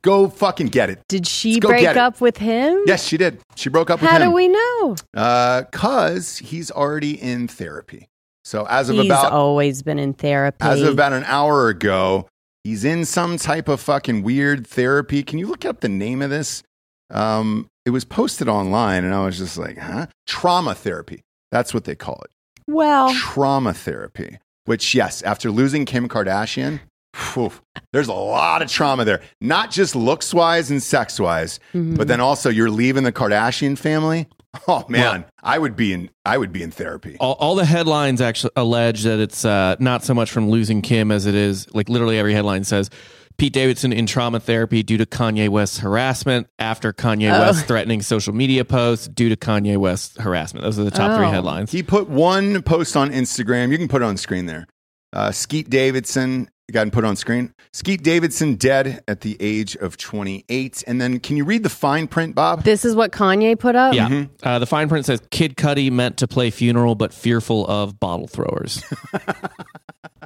S2: go fucking get it.
S3: did she
S2: Let's go
S3: break
S2: get it.
S3: up with him
S2: Yes, she did. She broke up with
S3: how
S2: him.
S3: do we know
S2: Uh, cause he's already in therapy. So as of
S3: he's
S2: about
S3: always been in therapy
S2: as of about an hour ago, he's in some type of fucking weird therapy. Can you look up the name of this? Um, it was posted online, and I was just like, huh? Trauma therapy. That's what they call it.
S3: well
S2: Trauma therapy. Which, yes, after losing Kim Kardashian, phew, there's a lot of trauma there. Not just looks wise and sex wise, but then also you're leaving the Kardashian family. Oh man, I would be in I would be in therapy.
S4: all, all the headlines actually allege that it's uh, not so much from losing Kim as it is like literally every headline says Pete Davidson in trauma therapy due to Kanye West's harassment after Kanye
S3: Oh.
S4: West threatening social media posts due to Kanye West's harassment. Those are the top three
S3: Oh.
S4: headlines.
S2: He put one post on Instagram. You can put it on screen there. Uh, Skeet Davidson, go ahead and put it on screen. Skeet Davidson dead at the age of 28. And then can you read the fine print, Bob?
S3: this is what Kanye put up
S4: Yeah. Uh, the fine print says Kid Cudi meant to play funeral but fearful of bottle throwers.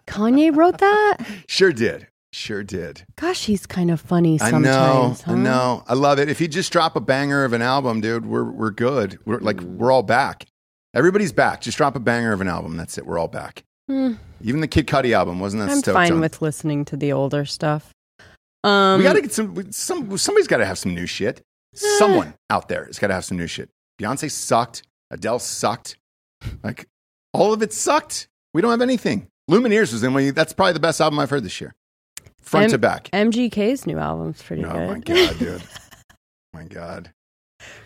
S3: Kanye wrote that
S2: Sure did. Sure did.
S3: gosh he's kind of funny
S2: I know.
S3: sometimes huh?
S2: I know. I love it. If you just drop a banger of an album, dude, we're, we're good. We're like, we're all back. Everybody's back. Just drop a banger of an album. That's it. We're all back.
S3: Hmm.
S2: Even the Kid Cudi album wasn't that
S3: I'm
S2: stoked
S3: fine
S2: on?
S3: with listening to the older stuff. Um,
S2: we gotta get some, we- some somebody's gotta have some new shit someone out there has gotta have some new shit beyonce sucked adele sucked like all of it sucked we don't have anything lumineers was in one that's probably the best album i've heard this year front
S3: M-
S2: to back
S3: MGK's new album's pretty
S2: oh
S3: good.
S2: my god dude my god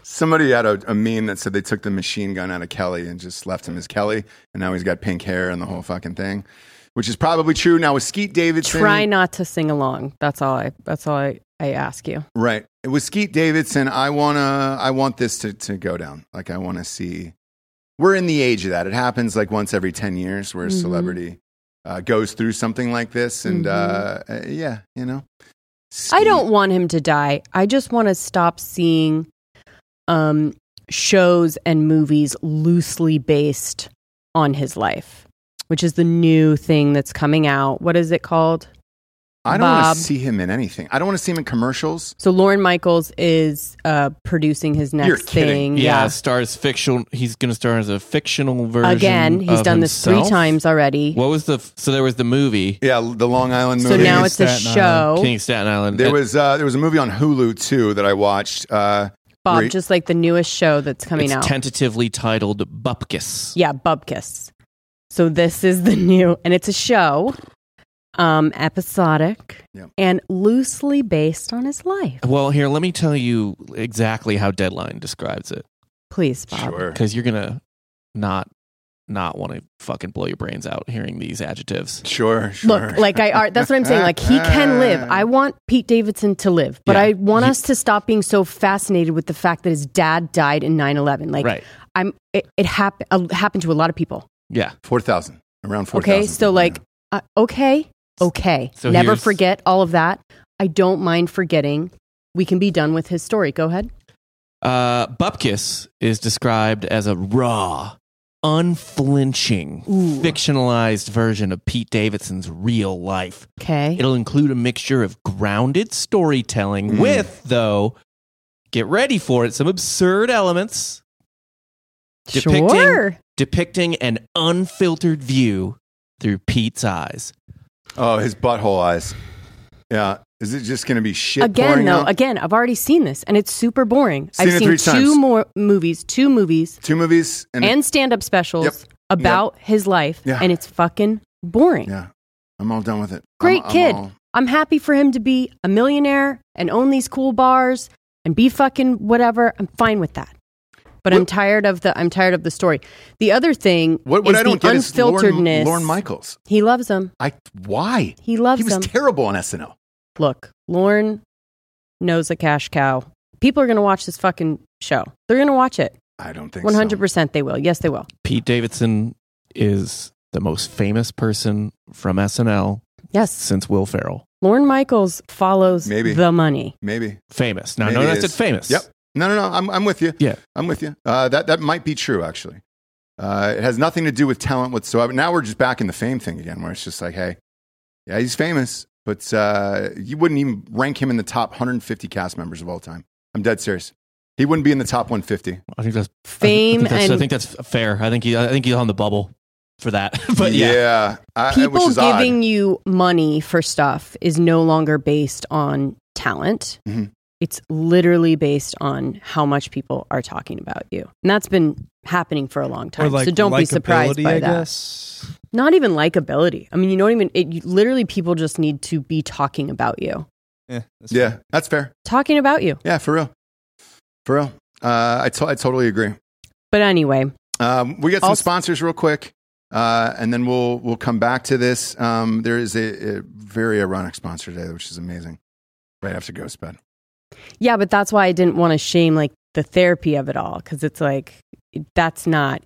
S2: somebody had a, a meme that said they took the machine gun out of kelly and just left him as kelly and now he's got pink hair and the whole fucking thing which is probably true now with skeet davidson
S3: Try not to sing along. That's all I. That's all I. I ask you.
S2: Right. With Skeet Davidson, I wanna I want this to, to go down. Like I wanna see we're in the age of that. It happens like once every ten years where a
S3: Mhm.
S2: celebrity uh, goes through something like this and uh, uh, yeah, you know.
S3: Mm-hmm. I
S2: Skeet-
S3: don't want him to die. I just want to stop seeing um, shows and movies loosely based on his life, which is the new thing that's coming out. What is it called?
S2: I don't wanna
S3: Bob.
S2: see him in anything. I don't wanna see him in commercials.
S3: So Lauren Michaels is uh, producing his next
S2: You're kidding.
S3: thing.
S4: yeah,
S3: Yeah.
S4: stars fictional. He's going to star as a fictional version.
S3: Again, he's
S4: of
S3: done this three
S4: himself?
S3: times already.
S4: What was the f- so there was the movie
S2: Yeah, the Long Island
S3: So
S2: movie. uh,
S3: now
S5: King
S3: it's a
S5: Staten Island.
S3: show.
S4: King of Staten Island.
S2: there
S4: And-
S2: was uh, there was a movie on Hulu too that I watched. Uh,
S3: Bob,
S2: Great.
S3: just like the newest show that's coming
S4: it's
S3: out.
S4: tentatively titled Bupkis.
S3: yeah, Bubkiss. So this is the new, and it's a show, um, episodic
S2: Yeah.
S3: and loosely based on his life.
S4: Well, here, let me tell you exactly how Deadline describes it
S3: Please, Bob.
S2: sure.
S4: because you're gonna not not want to fucking blow your brains out hearing these adjectives.
S2: Sure, sure.
S3: Look, like I are. That's what I'm saying. Like he can live. I want Pete Davidson to live, but
S4: Yeah.
S3: I want
S4: He-
S3: us to stop being so fascinated with the fact that his dad died in 9/11. Like
S4: Right.
S3: I'm, it, it happened uh, happened to a lot of people.
S4: Yeah.
S2: four thousand. Around four thousand.
S3: Okay, so like, uh, okay, okay.
S4: So
S3: Never
S4: here's-
S3: forget all of that. I don't mind forgetting. We can be done with his story. Go ahead.
S4: Uh, Bupkis is described as a raw, unflinching fictionalized version of Pete Davidson's real life.
S3: Okay.
S4: It'll include a mixture of grounded storytelling with, though, get ready for it, some absurd elements depicting-
S3: sure.
S4: depicting an unfiltered view through Pete's eyes.
S2: Oh, his butthole eyes. Yeah. Is it just going to be shit
S3: Again,
S2: pouring
S3: though,
S2: out?
S3: again, I've already seen this, and it's super boring.
S2: Seen
S3: I've
S2: it
S3: seen
S2: three
S3: two
S2: times.
S3: more movies, two movies,
S2: Two movies and,
S3: and stand-up specials
S2: Yep.
S3: about his life,
S2: Yeah.
S3: and it's fucking boring.
S2: yeah, I'm all done with it.
S3: Great
S2: I'm- I'm
S3: kid.
S2: all-
S3: I'm happy for him to be a millionaire and own these cool bars and be fucking whatever. I'm fine with that. But I'm tired of the I'm tired of the story. The other thing
S2: what what
S3: is
S2: I don't
S3: the
S2: get is Lauren,
S3: unfilteredness.
S2: Lauren Michaels.
S3: He loves him.
S2: I why
S3: He loves
S2: he was
S3: him.
S2: terrible on SNL.
S3: Look, Lauren knows a cash cow. People are going to watch this fucking show. They're going to watch it.
S2: I don't think so.
S3: 100% they will. Yes, they will.
S4: Pete Davidson is the most famous person from SNL
S3: Yes.
S4: since Will Ferrell.
S3: Lauren Michaels follows
S2: Maybe.
S3: the money.
S2: Maybe.
S4: Famous. Now,
S2: Maybe
S4: no,
S2: it
S4: I
S2: is.
S4: said famous.
S2: Yep. No, no, no. I'm I'm with you.
S4: Yeah.
S2: I'm with you. Uh, that that might be true actually. Uh, it has nothing to do with talent whatsoever. Now we're just back in the fame thing again, where it's just like, hey, yeah, he's famous, but uh, you wouldn't even rank him in the top 150 cast members of all time. I'm dead serious. He wouldn't be in the top 150.
S4: I think that's
S3: Fame
S4: I think that's, I
S3: and
S4: think that's fair. I think he, I think he's on the bubble for that. but yeah,
S2: I- which
S3: people
S2: is odd.
S3: giving you money for stuff is no longer based on talent.
S2: Mhm.
S3: It's literally based on how much people are talking about you. And that's been happening for a long time. so don't be surprised
S5: likability,
S3: by
S5: I
S3: that.
S5: guess.
S3: Not even likability. I mean, you don't even, it, you, literally, people just need to be talking about you.
S5: Yeah, that's
S2: Yeah,
S5: fine.
S2: that's fair.
S3: Talking about you.
S2: Yeah, for real. For real. Uh, I to- I totally agree.
S3: But anyway,
S2: Um, we got some
S3: Also-
S2: sponsors real quick, uh, and then we'll we'll come back to this. Um, there is a, a very ironic sponsor today, which is amazing. Right after Ghost Bed,
S3: yeah, but that's why I didn't want to shame like the therapy of it all because it's like, that's not.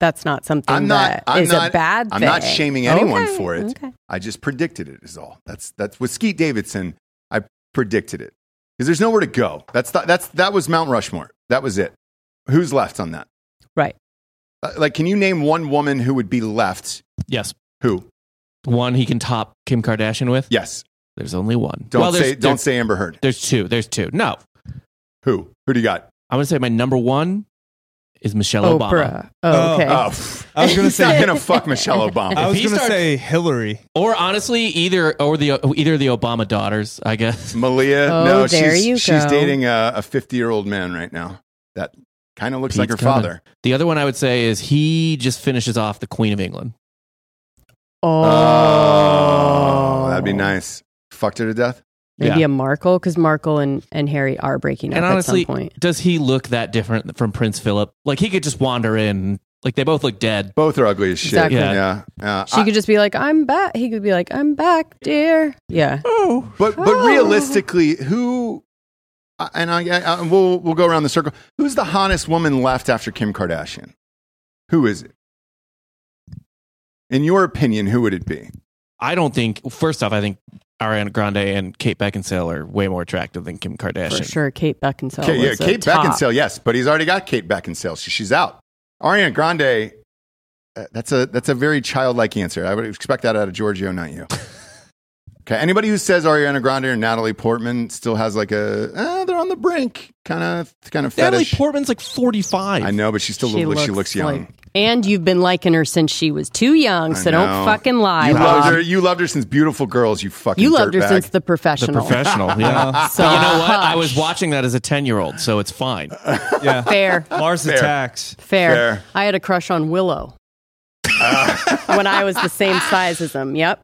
S3: That's not something
S2: I'm not-
S3: that
S2: I'm
S3: is
S2: not-
S3: a bad
S2: I'm
S3: thing.
S2: not shaming anyone
S3: Okay,
S2: for it.
S3: Okay.
S2: I just predicted it is all. That's that's with Skeet Davidson. I predicted it because there's nowhere to go. That's th- that's that was Mount Rushmore. That was it. Who's left on that?
S3: Right.
S2: Uh, like, can you name one woman who would be left?
S4: yes,
S2: Who?
S4: one he can top Kim Kardashian with.
S2: Yes.
S4: There's only one.
S2: Don't
S4: Well,
S2: say
S4: there's,
S2: don't
S4: there's,
S2: say Amber Heard.
S4: There's two. There's two. No,
S2: Who? Who do you got?
S4: I'm gonna say my number one is Michelle Obama,
S3: Oprah. Oh,
S5: Oh,
S3: okay.
S2: Oh, pff.
S5: I was gonna say.
S2: You're gonna fuck Michelle Obama.
S5: I was
S4: he
S5: gonna
S4: starts-
S5: say Hillary.
S4: or honestly, either or the either of the Obama daughters. I guess
S2: Malia.
S3: Oh,
S2: no,
S3: there
S2: she's,
S3: you
S2: she's
S3: go.
S2: dating a a 50 year old man right now that kind of looks like her
S4: Pete's coming.
S2: father.
S4: The other one I would say is he just finishes off the Queen of England.
S2: Oh, that'd be nice. Fucked her to death.
S3: Maybe
S4: Yeah.
S3: a Markle, because Markle and, and Harry are breaking up
S4: and honestly,
S3: at some point.
S4: does he look that different from Prince Philip? Like he could just wander in. Like they both look dead.
S2: Both are ugly as shit.
S3: Exactly.
S2: Yeah.
S4: Yeah.
S2: yeah.
S3: She
S2: I-
S3: could just be like, I'm back. He could be like, I'm back, dear. Yeah.
S4: Oh,
S2: but but realistically, who? I- And I, I, I- we'll we'll go around the circle. Who's the hottest woman left after Kim Kardashian? Who is it? In your opinion, who would it be?
S4: I don't think. First off, I think Ariana Grande and Kate Beckinsale are way more attractive than Kim Kardashian.
S3: For sure, Kate Beckinsale.
S2: Kate, yeah,
S3: was the
S2: Kate
S3: Oh, top.
S2: Beckinsale, yes, but he's already got Kate Beckinsale. She, she's out. Ariana Grande. uh, that's a that's a very childlike answer. I would expect that out of Giorgio, not you. okay. Anybody who says Ariana Grande or Natalie Portman still has like a uh, they're on the brink kind of kind of
S4: Natalie
S2: fetish.
S4: Portman's like forty-five.
S2: I know, but she still looks, she looks young.
S3: like- and you've been liking her since she was too young, so
S2: know.
S3: don't fucking lie.
S2: you loved
S3: Rob.
S2: her. You loved her since Beautiful Girls. You fucking.
S3: You loved her
S2: dirtbag.
S3: since the
S4: The
S3: professional.
S4: professional. Yeah.
S3: So
S4: But you know what? I
S3: hush.
S4: was watching that as a ten-year-old, so it's fine.
S3: Oh.
S5: Yeah,
S3: Fair,
S5: Mars attacks.
S3: fair.
S2: Fair. Uh.
S3: I had a crush on Willow when I was the same size as him. Yep.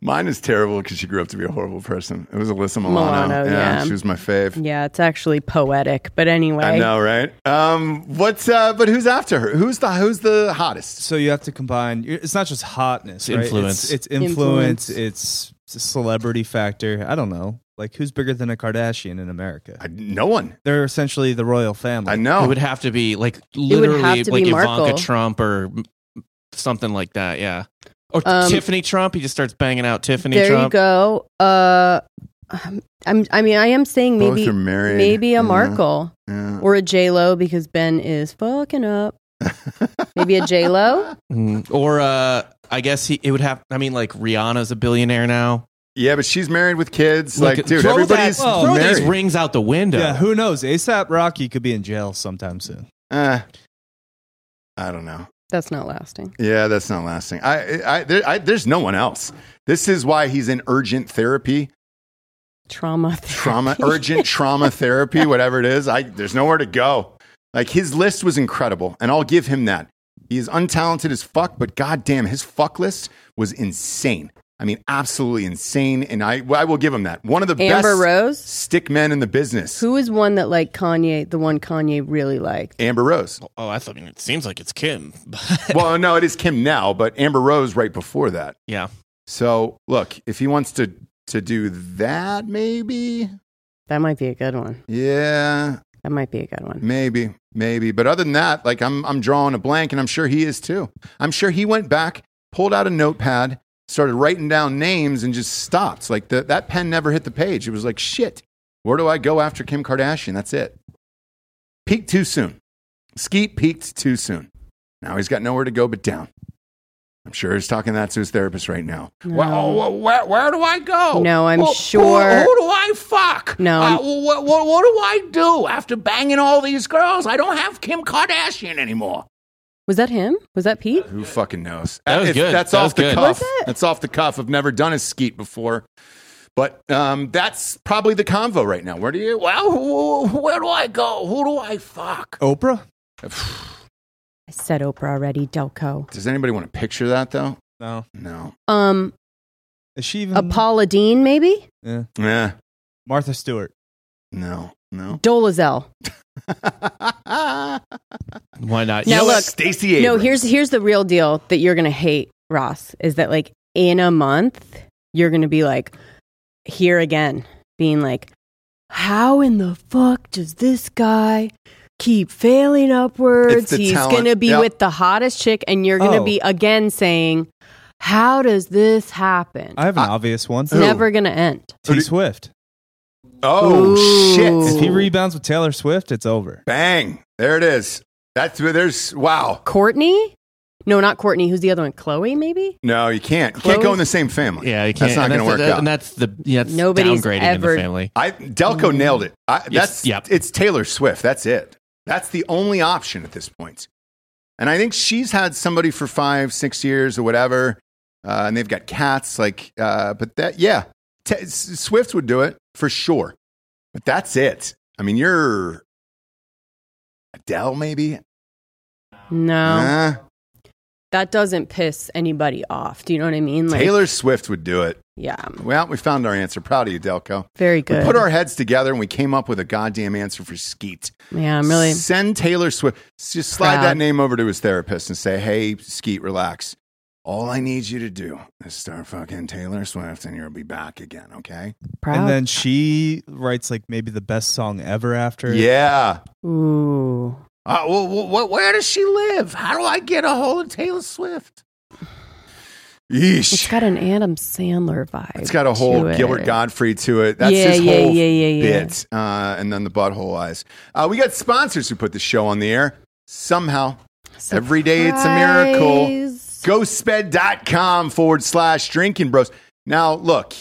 S2: Mine is terrible because she grew up to be a horrible person. It was Alyssa Milano.
S3: Milano, yeah.
S2: she was my fave.
S3: Yeah, it's actually poetic. But anyway,
S2: I know, right? Um, what's uh, but who's after her? Who's the who's the hottest?
S5: So you have to combine. It's not just hotness,
S4: It's
S5: right?
S4: influence.
S5: It's, it's influence.
S3: Influence.
S5: It's celebrity factor. I don't know. Like who's bigger than a Kardashian in America?
S2: I, no one.
S5: They're essentially the royal family.
S2: I know.
S4: It would have to be like
S3: would
S4: literally
S3: have to
S4: like
S3: be
S4: Ivanka
S3: Markle.
S4: Trump or m- something like that. Yeah. Or
S3: Um,
S4: Tiffany Trump. He just starts banging out Tiffany
S3: there
S4: Trump.
S3: you go. Uh, I'm. I mean, I am saying
S2: Both
S3: maybe
S2: are married.
S3: maybe
S2: Yeah,
S3: a Markle
S2: yeah.
S3: or a J Lo because Ben is fucking up. Maybe a J Lo.
S4: Mm, Or uh, I guess he, it would have. I mean, like Rihanna's a billionaire now.
S2: Yeah, but she's married with kids. Like,
S4: Look,
S2: dude,
S4: throw
S2: everybody's
S4: that, throw
S2: married.
S4: these rings out the window.
S5: Yeah, who knows? ASAP Rocky could be in jail sometime soon.
S2: Eh, I don't know.
S3: That's not lasting.
S2: Yeah, that's not lasting. I, I, there, I, there's no one else. This is why he's in urgent therapy,
S3: Trauma.
S2: trauma,
S3: therapy.
S2: urgent trauma therapy, whatever it is. I, there's nowhere to go. Like his list was incredible, and I'll give him that. He is untalented as fuck, but goddamn, his fuck list was insane. I mean, absolutely insane, and I, I will give him that. One of the
S3: Amber
S2: best
S3: Rose.
S2: stick men in the business.
S3: Who is one that like Kanye? The one Kanye really liked.
S2: Amber Rose.
S4: Oh, I thought I mean, it seems like it's Kim.
S2: well, no, it is Kim now, but Amber Rose right before that.
S4: yeah.
S2: So look, if he wants to to do that, maybe,
S3: That might be a good one.
S2: yeah,
S3: That might be a good one.
S2: maybe, maybe. But other than that, like I'm I'm drawing a blank, and I'm sure he is too. I'm sure he went back, pulled out a notepad, started writing down names, and just stopped. Like the, that pen never hit the page. It was like shit. Where do I go after Kim Kardashian? That's it. Peaked too soon. Skeet peaked too soon. Now he's got nowhere to go but down. I'm sure he's talking that to his therapist right now.
S3: No.
S2: Well, wh- where, where do I go?
S3: No, I'm
S2: Wh- who-
S3: sure-
S2: Who, do I fuck?
S3: No,
S2: Uh,
S3: I'm-
S2: wh- wh- wh- what do I do after banging all these girls? I don't have Kim Kardashian anymore.
S3: Was that him? Was that Pete?
S2: Who fucking knows?
S4: That was
S2: If-
S4: good.
S2: That's
S4: That
S2: off
S4: was
S2: the
S4: good.
S2: cuff.
S3: Was it?
S2: That's off the cuff. I've never done a skeet before. But um, that's probably the convo right now. Where do you? Well, wh- wh- where do I go? Who do I fuck?
S5: Oprah?
S3: I said Oprah already. Delco.
S2: Does anybody want to picture that though?
S5: No.
S2: No.
S3: Um,
S5: Is she even
S3: a Paula Dean maybe.
S5: Yeah.
S2: Yeah.
S5: Martha Stewart.
S2: No. No.
S3: Dolazel.
S4: Why
S3: Now
S4: not? You know
S3: look,
S2: Stacey
S3: No,
S2: Abrams.
S3: here's here's the real deal that you're gonna hate, Ross, is that like in a month you're gonna be like here again, being like, How in the fuck does this guy keep failing
S2: It's
S3: upwards?
S2: the
S3: He's
S2: talent.
S3: gonna be
S2: Yep.
S3: with the hottest chick and you're gonna
S5: Oh.
S3: be again saying, How does this happen?
S5: I have an
S2: I-
S5: obvious one.
S3: it's never gonna end.
S5: T Swift.
S2: Oh
S3: Ooh.
S2: shit!
S5: If he rebounds with Taylor Swift, it's over.
S2: Bang! There it is. That's where there's wow.
S3: Courtney? No, not Courtney. Who's the other one? Chloe, maybe?
S2: No, you can't. You can't go
S3: Close.
S2: in the same family.
S4: yeah, you can't.
S2: That's not
S4: and
S2: going to work
S4: the,
S2: out.
S4: And that's the yeah, that's
S3: Nobody's
S4: downgrading
S3: ever-
S4: in the family.
S2: I Delco nailed it. I, that's
S4: Mm. yep.
S2: it's Taylor Swift. That's it. That's the only option at this point. And I think she's had somebody for five, six years or whatever, uh, and they've got cats. Like, uh, but that yeah, T- S- Swift would do it for sure. But that's it. I mean, you're Adele, maybe.
S4: Um,
S3: No.
S2: Nah.
S3: That doesn't piss anybody off. Do you know what I mean? Like
S2: Taylor Swift would do it.
S3: Yeah.
S2: Well, we found our answer. Proud of you, Delco.
S3: Very good.
S2: We put our heads together and we came up with a goddamn answer for Skeet.
S3: yeah, I'm really.
S2: send Taylor Swift. Just slide
S3: Proud.
S2: that name over to his therapist and say, "Hey, Skeet, relax. All I need you to do is start fucking Taylor Swift, and you'll be back again." Okay?
S3: Proud.
S5: And then she writes like maybe the best song ever after.
S2: Yeah.
S3: Ooh.
S2: Uh, well, wh- wh- where does she live? How do I get a hold of Taylor Swift?
S3: It's
S2: Yeesh.
S3: got an Adam Sandler vibe.
S2: It's got a whole
S3: to it.
S2: Gilbert Godfrey to it. That's
S3: yeah,
S2: his
S3: yeah,
S2: whole
S3: yeah, yeah, yeah.
S2: bit. Uh, and then the butthole eyes. Uh, we got sponsors who put the show on the air somehow. Every day it's a miracle.
S3: Surprise.
S2: ghostbed.com forward slash drinking bros. Now, look,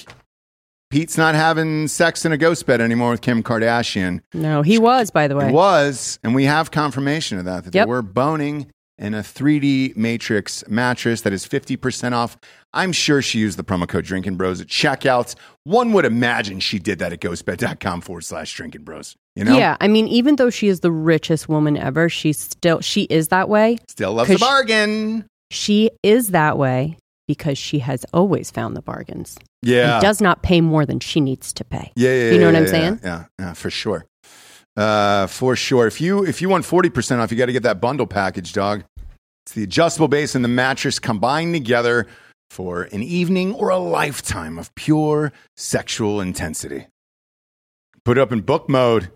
S2: Pete's not having sex in a ghost bed anymore with Kim Kardashian.
S3: No, he was, by the
S2: It
S3: way.
S2: was, and we have confirmation of that, that
S3: Yep.
S2: they were boning in a 3D Matrix mattress that is 50% off. I'm sure she used the promo code Drinking Bros at checkouts. One would imagine she did that at ghostbed.com forward slash drinking bros. You know?
S3: Yeah, I mean, even though she is the richest woman ever, she's still she is that way.
S2: Still loves the
S3: 'Cause she-
S2: bargain.
S3: She is that way because she has always found the bargains.
S2: Yeah.
S3: And does not pay more than she needs to pay.
S2: Yeah, yeah,
S3: You know
S2: yeah,
S3: what I'm
S2: yeah,
S3: saying?
S2: Yeah, yeah, for sure, uh, for sure. If you if you want forty percent off, you got to get that bundle package, dog. It's the adjustable base and the mattress combined together for an evening or a lifetime of pure sexual intensity. Put it up in book mode.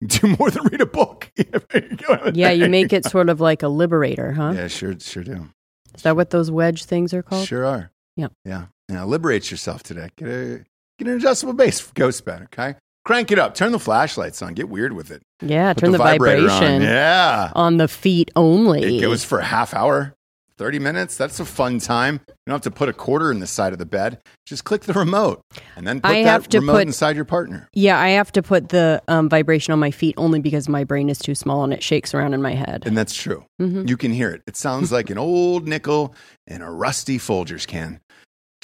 S2: Do more than read a book.
S3: Yeah, you make it sort of like a liberator, huh?
S2: Yeah, sure, sure do.
S3: Is that what those wedge things are called?
S2: Sure are.
S3: Yeah.
S2: Yeah. Now liberate yourself today. Get a get an adjustable base for Ghost Bed, okay? Crank it up. Turn the flashlights on. Get weird with it.
S3: Yeah,
S2: Put
S3: turn the,
S2: vibrator on.
S3: vibration
S2: Yeah.
S3: on the feet only.
S2: It goes for a half hour, 30 minutes. That's a fun time. You don't have to put a quarter in the side of the bed. Just click the remote and then put
S3: I
S2: that
S3: have to
S2: remote
S3: put-
S2: inside your partner.
S3: yeah, I have to put the um, vibration on my feet only because my brain is too small and it shakes around in my head. Mm-hmm.
S2: And that's true. You can hear it. It sounds like an old nickel and a rusty Folgers can.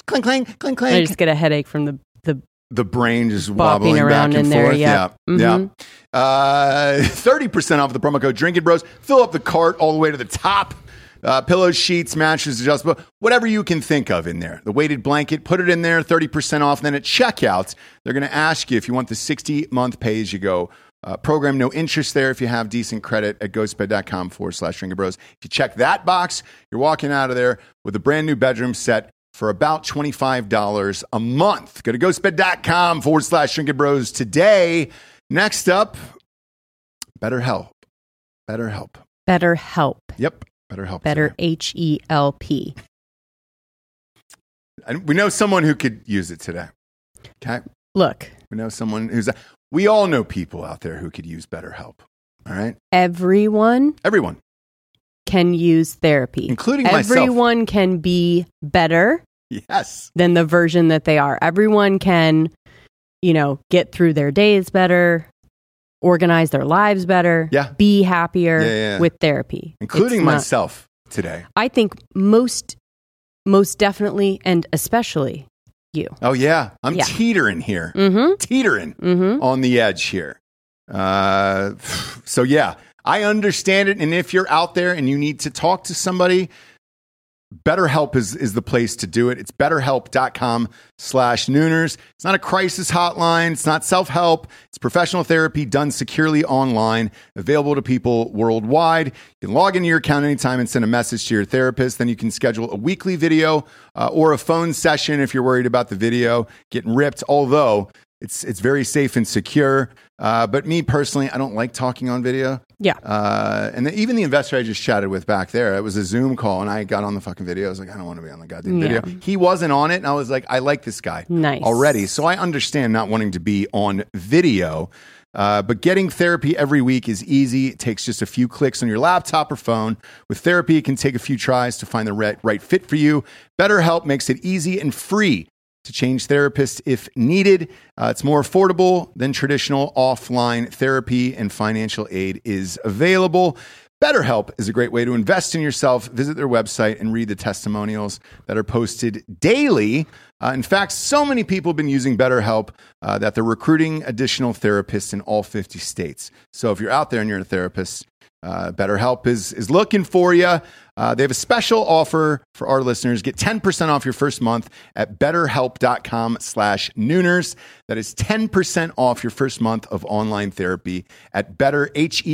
S2: Clink, clink, clink,
S3: I
S2: clink.
S3: just get a headache from the the
S2: the brain just wobbling
S3: bopping around
S2: back and
S3: in there.
S2: forth.
S3: Yeah. Mm-hmm.
S2: Yeah, yeah. Thirty percent off the promo code Drinking Bros. Fill up the cart all the way to the top. Uh, pillows, sheets, mattresses, adjustable, whatever you can think of in there. The weighted blanket, put it in there. Thirty percent off. Then at checkout, they're going to ask you if you want the sixty-month pay-as-you-go. Uh, program no interest there if you have decent credit at ghostbed.com forward slash drinking bros. If you check that box, you're walking out of there with a brand new bedroom set for about $25 a month. Go to ghostbed.com forward slash shrinking bros today. Next up, BetterHelp. BetterHelp.
S3: better help.
S2: Yep, BetterHelp.
S3: Better H E L P.
S2: And we know someone who could use it today. Okay.
S3: Look,
S2: We know someone who's, we all know people out there who could use BetterHelp. All right.
S3: everyone
S2: Everyone,
S3: can use therapy.
S2: including myself.
S3: Everyone can be better
S2: Yes.
S3: than the version that they are. Everyone can, you know, get through their days better, organize their lives better,
S2: Yeah.
S3: be happier
S2: Yeah, yeah, yeah.
S3: with therapy,
S2: Including
S3: It's not-
S2: myself today.
S3: I think most, most definitely, and especially you.
S2: Oh, yeah. I'm
S3: Yeah.
S2: teetering here.
S3: Mm-hmm.
S2: Teetering.
S3: Mm-hmm.
S2: on the edge here. Uh, so yeah, I understand it. And if you're out there and you need to talk to somebody, BetterHelp is, is the place to do it. It's betterhelp.com slash nooners. It's not a crisis hotline. It's not self-help. It's professional therapy done securely online, available to people worldwide. You can log into your account anytime and send a message to your therapist. Then you can schedule a weekly video uh, or a phone session if you're worried about the video getting ripped, although it's, it's very safe and secure. Uh, but me personally, I don't like talking on video.
S3: Yeah.
S2: Uh, and then even the investor I just chatted with back there, it was a Zoom call, and I got on the fucking video. I was like, I don't want to be on the goddamn
S3: Yeah.
S2: video. He wasn't on it, and I was like, I like this guy
S3: Nice.
S2: already. So I understand not wanting to be on video. Uh, but getting therapy every week is easy. It takes just a few clicks on your laptop or phone. With therapy, it can take a few tries to find the right, right fit for you. BetterHelp makes it easy and free to change therapists if needed. Uh, it's more affordable than traditional offline therapy, and financial aid is available. BetterHelp is a great way to invest in yourself. Visit their website and read the testimonials that are posted daily. Uh, in fact, so many people have been using BetterHelp uh, that they're recruiting additional therapists in all 50 states. So if you're out there and you're a therapist, uh, BetterHelp is is looking for you. Uh, they have a special offer for our listeners. Get 10% off your first month at betterhelp.com slash nooners. That is 10% off your first month of online therapy at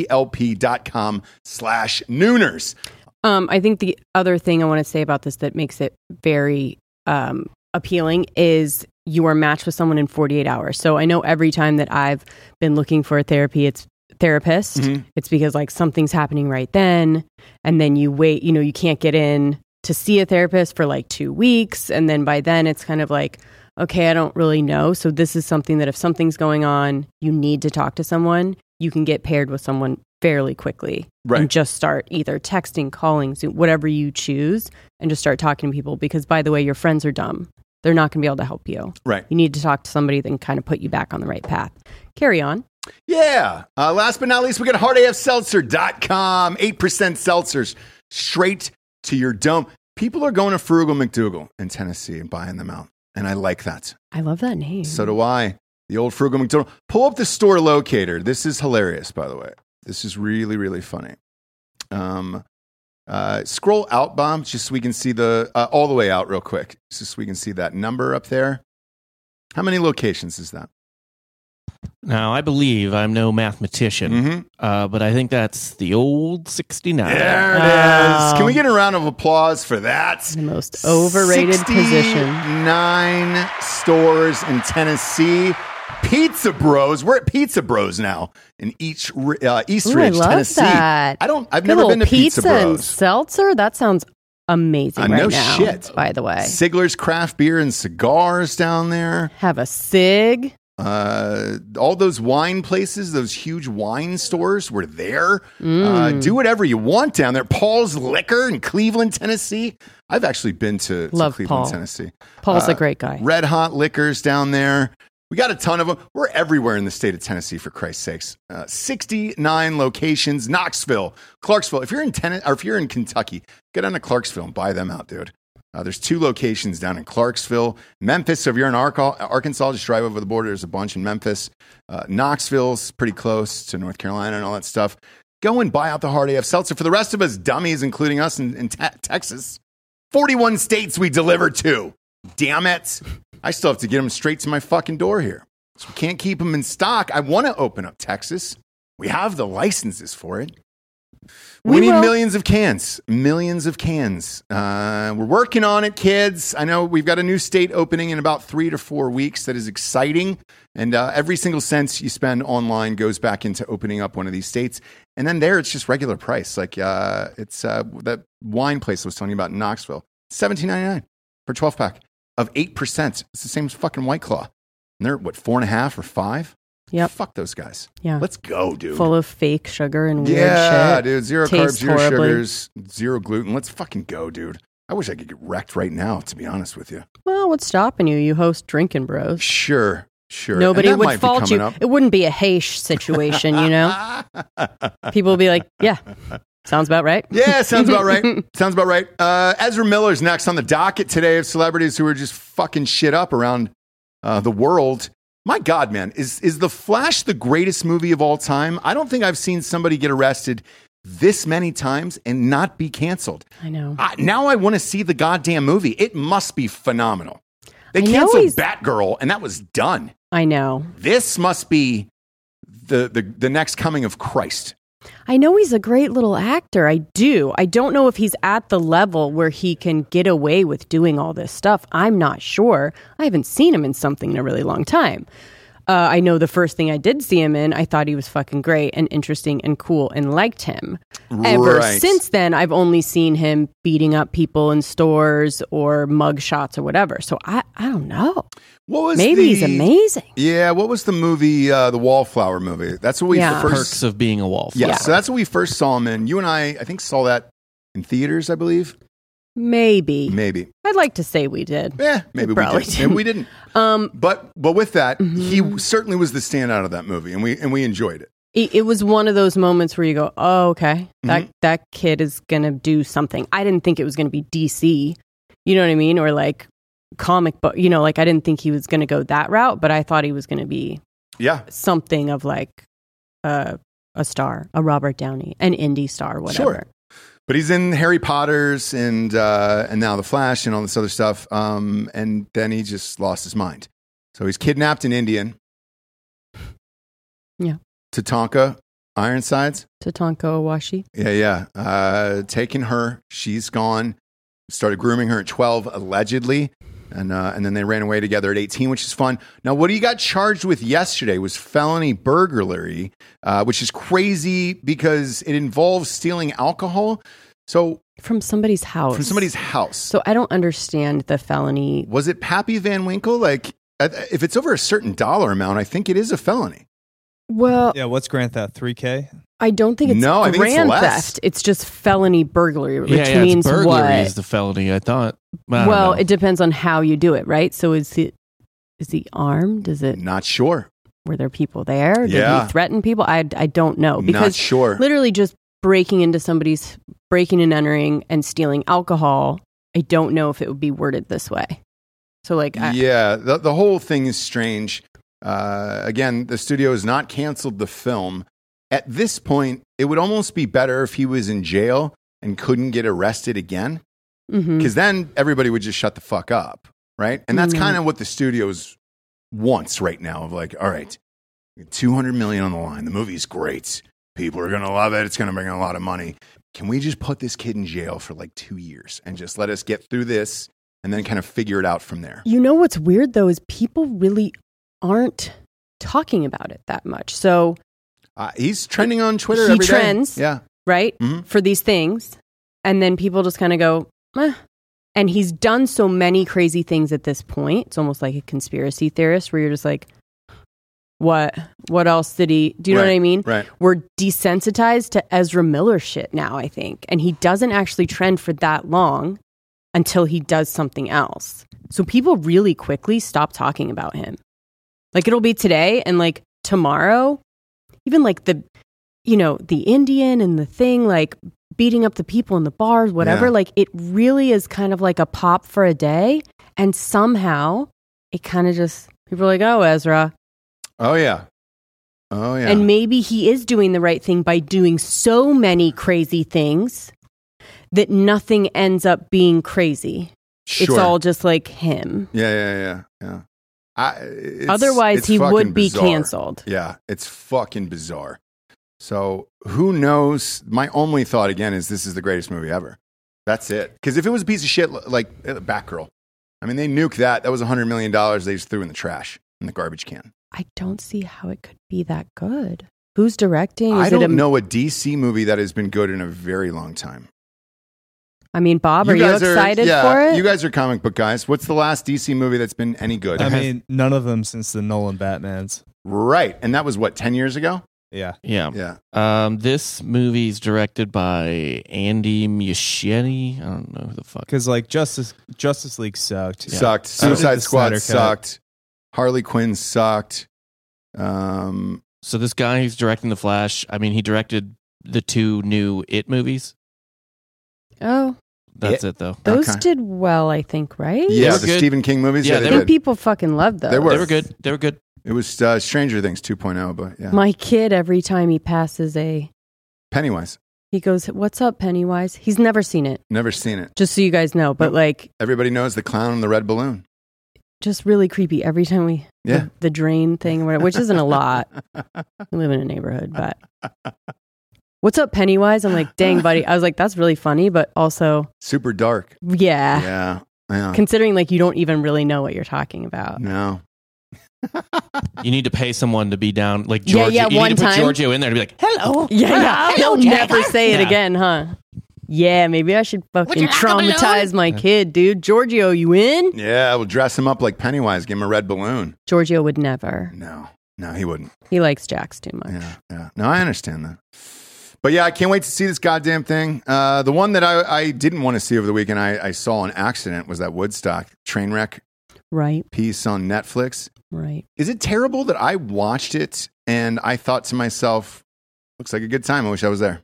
S2: betterhelp.com slash nooners.
S3: Um, I think the other thing I want to say about this that makes it very um, appealing is you are matched with someone in 48 hours. So I know every time that I've been looking for a therapy, it's therapist. It's because like something's happening right then, and then you wait. You know, you can't get in to see a therapist for like two weeks, and then by then it's kind of like. Okay, I don't really know. So, this is something that if something's going on, you need to talk to someone, you can get paired with someone fairly quickly and just start either texting, calling, Zoom, whatever you choose, and just start talking to people. Because by the way, your friends are dumb; they're not going to be able to help you.
S2: Right.
S3: You need to talk to somebody that can kind of put you back on the right path. Carry on.
S2: Yeah. Uh, last but not least, we got hardafseltzer.com. 8% seltzers straight to your dome. People are going to Frugal McDougal in Tennessee and buying them out. And I like that.
S3: I love that name.
S2: So do I. The old frugal McDonald. Pull up the store locator. This is hilarious, by the way. This is really, really funny. Um, uh, scroll out, Bob, just so we can see the uh, all the way out real quick, just so we can see that number up there. How many locations is that?
S4: Now, I believe I'm no mathematician,
S2: Mm-hmm.
S4: uh, but I think that's the old 69.
S2: There it is. Can we get a round of applause for that?
S3: the most overrated position.
S2: Nine stores in Tennessee. Pizza Bros. We're at Pizza Bros now in each ri- uh, East
S3: Ooh, I
S2: Ridge,
S3: love
S2: Tennessee.
S3: that.
S2: I don't. I've
S3: Good
S2: never
S3: old
S2: been to Pizza,
S3: pizza, and
S2: Bros.
S3: seltzer. That sounds amazing.
S2: Uh,
S3: right
S2: no
S3: now,
S2: shit.
S3: By the way,
S2: Sigler's craft beer and cigars down there.
S3: have a cig.
S2: Uh, all those wine places, those huge wine stores were there. Uh,
S3: Mm.
S2: do whatever you want down there. Paul's Liquor in Cleveland, Tennessee. I've actually been to, to
S3: Love
S2: Cleveland,
S3: Paul.
S2: Tennessee.
S3: Paul's
S2: Uh,
S3: a great guy.
S2: Red Hot Liquors down there. We got a ton of them. We're everywhere in the state of Tennessee, for Christ's sakes. Uh, 69 locations. Knoxville, Clarksville. If you're in Ten- or if you're in Kentucky, get down to Clarksville and buy them out, dude. Uh, there's two locations down in Clarksville, Memphis. So if you're in Arca- Arkansas, just drive over the border. There's a bunch in Memphis. Uh, Knoxville's pretty close to North Carolina and all that stuff. Go and buy out the hard AF seltzer for the rest of us dummies, including us in, in te- Texas. 41 states we deliver to. Damn it. I still have to get them straight to my fucking door here. So we can't keep them in stock. I want to open up Texas. We have the licenses for it. We,
S3: We
S2: need
S3: will.
S2: millions of cans. Millions of cans. Uh, we're working on it, kids. I know we've got a new state opening in about three to four weeks that is exciting. And uh, every single cent you spend online goes back into opening up one of these states. And then there, it's just regular price. Like uh, it's uh, that wine place I was telling you about in Knoxville, seventeen ninety nine for twelve pack of eight percent. It's the same as fucking White Claw. And they're at, what four and a half or five?
S3: Yep.
S2: Fuck those guys.
S3: Yeah.
S2: Let's go, dude.
S3: Full of fake sugar and weird
S2: yeah,
S3: shit.
S2: dude. Zero
S3: Tastes
S2: carbs, zero
S3: horribly.
S2: sugars, zero gluten. Let's fucking go, dude. I wish I could get wrecked right now, to be honest with you.
S3: Well, what's stopping you? You host Drinking Bros.
S2: Sure, sure.
S3: Nobody
S2: And that
S3: would
S2: might be
S3: fault
S2: coming
S3: you.
S2: up.
S3: It wouldn't be a haish situation, you know? People would be like, yeah, sounds about right.
S2: Yeah, sounds about right. sounds about right. Uh, Ezra Miller's next on the docket today of celebrities who are just fucking shit up around uh, the world. My God, man, is is The Flash the greatest movie of all time? I don't think I've seen somebody get arrested this many times and not be canceled.
S3: I know.
S2: I, now I want to see the goddamn movie. It must be phenomenal. They
S3: I know
S2: canceled
S3: he's-
S2: Batgirl, and that was done.
S3: I know.
S2: This must be the the, the next coming of Christ.
S3: I know he's a great little actor. I do. I don't know if he's at the level where he can get away with doing all this stuff. I'm not sure. I haven't seen him in something in a really long time. Uh, I know the first thing I did see him in, I thought he was fucking great and interesting and cool and liked him. Ever
S2: Right.
S3: since then, I've only seen him beating up people in stores or mug shots or whatever. So I, I don't know.
S2: What was
S3: Maybe he's
S2: the-
S3: amazing.
S2: Yeah, what was the movie? Uh, the Wallflower movie. That's what we
S3: Yeah.
S2: first.
S4: Perks of being a wallflower.
S2: yeah, so that's what we first saw him in. You and I, I think, saw that in theaters. I believe.
S3: Maybe.
S2: Maybe.
S3: I'd like to say we did.
S2: Yeah, maybe we
S3: probably
S2: did. Maybe we didn't.
S3: Um,
S2: But but with that, he certainly was the standout of that movie, and we and we enjoyed it.
S3: it, it was one of those moments where you go, "Oh, okay,
S2: Mm-hmm.
S3: that that kid is gonna do something." I didn't think it was gonna be DC, you know what I mean, or like comic book, you know, like I didn't think he was gonna go that route, but I thought he was gonna be
S2: Yeah,
S3: something of like uh, a star, a Robert Downey, an indie star, whatever.
S2: Sure. but he's in Harry Potter's and uh, and now the Flash and all this other stuff. Um, and then he just lost his mind. So he's kidnapped an Indian.
S3: Yeah.
S2: Tatanka Ironsides.
S3: Tatanka Awashi.
S2: Yeah, yeah. Uh, taking her, she's gone. Started grooming her at twelve, allegedly, and uh, and then they ran away together at eighteen, which is fun. Now, what he got charged with yesterday was felony burglary, uh, which is crazy because it involves stealing alcohol. So
S3: from somebody's house.
S2: from somebody's house.
S3: Oh, So I don't understand the felony.
S2: was it Pappy Van Winkle? Like, I- if it's over a certain dollar amount, I think it is a felony.
S3: Well,
S5: Yeah, what's Grand Theft? 3K?
S3: I don't think it's
S2: No, I
S3: grand
S2: think it's less.
S3: theft. It's just felony burglary, which
S4: yeah, yeah, it's
S3: means
S4: burglary
S3: what?
S4: is the felony. I thought. I don't
S3: well,
S4: know.
S3: it depends on how you do it, right? So is it is he armed? Is it
S2: Not sure.
S3: were there people there? Did
S2: Yeah.
S3: he threaten people? I I don't know
S2: Not
S3: Oh, because
S2: sure.
S3: literally just breaking into somebody's breaking and entering and stealing alcohol. I don't know if it would be worded this way. So like I,
S2: yeah, the, the whole thing is strange. Uh, again, the studio has not canceled the film. At this point, it would almost be better if he was in jail and couldn't get arrested again,
S3: mhm.
S2: because then everybody would just shut the fuck up, right? And that's
S3: Mhm.
S2: kind of what the studios wants right now. Of like, all right, 200 million on the line. The movie's great. People are going to love it. It's going to bring in a lot of money. Can we just put this kid in jail for like two years and just let us get through this and then kind of figure it out from there?
S3: You know what's weird though is people really aren't talking about it that much. So
S2: Uh, he's trending on Twitter.
S3: He
S2: every day.
S3: trends.
S2: Yeah.
S3: right
S2: Mhm.
S3: for these things and then people just kind of go eh. and he's done so many crazy things at this point it's almost like a conspiracy theorist where you're just like what what else did he do you know what
S2: Right,
S3: I mean?
S2: right.
S3: We're desensitized to Ezra Miller shit now, I think. And he doesn't actually trend for that long until he does something else. So people really quickly stop talking about him. Like it'll be today and like tomorrow, even like the you know, the Indian and the thing like beating up the people in the bars, whatever,
S2: Yeah.
S3: like it really is kind of like a pop for a day and somehow it kind of just people are like, "Oh, Ezra,
S2: Oh yeah. Oh yeah.
S3: and maybe he is doing the right thing by doing so many crazy things that nothing ends up being crazy. It's
S2: Sure.
S3: all just like him.
S2: Yeah, yeah, yeah, yeah. I, it's,
S3: Otherwise,
S2: it's
S3: he
S2: fucking
S3: would be
S2: bizarre.
S3: canceled.
S2: Yeah, it's fucking bizarre. So who knows? My only thought again is this is the greatest movie ever. That's it. Because if it was a piece of shit li- like uh, Batgirl, I mean, they nuke that. That was hundred million dollars. They just threw in the trash in the garbage can.
S3: I don't see how it could be that good. Who's directing? Is
S2: I
S3: it
S2: don't
S3: a,
S2: know a DC movie that has been good in a very long time.
S3: I mean, Bob, are you
S2: guys
S3: excited
S2: yeah,
S3: for it?
S2: You guys are comic book guys. What's the last DC movie that's been any good?
S5: I mean, none of them since the Nolan Batman's.
S2: right, and that was what ten years ago.
S5: Yeah.
S4: Yeah.
S2: Yeah,
S4: Um, this movie's directed by Andy Muschietti. I don't know who the fuck.
S5: Because like Justice Justice League sucked.
S2: sucked.
S5: So did
S2: Suicide
S5: the
S2: Squad
S5: Snyder Cut.
S2: sucked. Harley Quinn sucked. Um,
S4: So this guy who's directing The Flash, I mean, he directed the two new It movies.
S3: oh,
S4: That's it, though.
S3: those
S2: Okay.
S3: did well, I think, right?
S2: yeah,
S4: were
S2: the
S4: good.
S2: Stephen King movies.
S4: Yeah,
S2: Yeah,
S4: they
S3: I
S2: they
S4: were
S3: think
S2: did.
S3: people fucking love those.
S2: They were.
S4: They were good. They were good.
S2: It was uh, Stranger Things 2.0, but yeah,
S3: My kid, every time he passes a,
S2: Pennywise.
S3: he goes, "What's up, Pennywise?" He's never seen it.
S2: Never seen it.
S3: Just so you guys know, but
S2: Nope.
S3: like
S2: Everybody knows the clown and the red balloon.
S3: just really creepy every time we
S2: Yeah.
S3: the, the drain thing or whatever, which isn't a lot. We live in a neighborhood, but what's up, Pennywise? I'm like, dang, buddy. I was like, that's really funny, but also,
S2: Super dark.
S3: yeah,
S2: Yeah, yeah.
S3: considering like you don't even really know what you're talking about.
S2: no,
S4: You need to pay someone to be down, like
S3: Yeah,
S4: Giorgio.
S3: yeah,
S4: you
S3: one
S4: need to put
S3: time.
S4: Giorgio in there to be like, "Hello."
S3: Yeah, yeah. You'll never say it
S4: Yeah.
S3: again, huh? Yeah, maybe I should fucking
S6: you not coming
S3: traumatize my kid, dude. Giorgio, you in?
S2: yeah. We'll dress him up like Pennywise. Give him a red balloon.
S3: Giorgio would never.
S2: No, no, he wouldn't.
S3: He likes Jax too much.
S2: Yeah, yeah. No, I understand that. But yeah, I can't wait to see this goddamn thing. Uh, the one that I, I didn't want to see over the weekend, I, I saw an accident was that Woodstock train wreck
S3: Right,
S2: piece on Netflix.
S3: right.
S2: Is it terrible that I watched it and I thought to myself, looks like a good time. I wish I was there.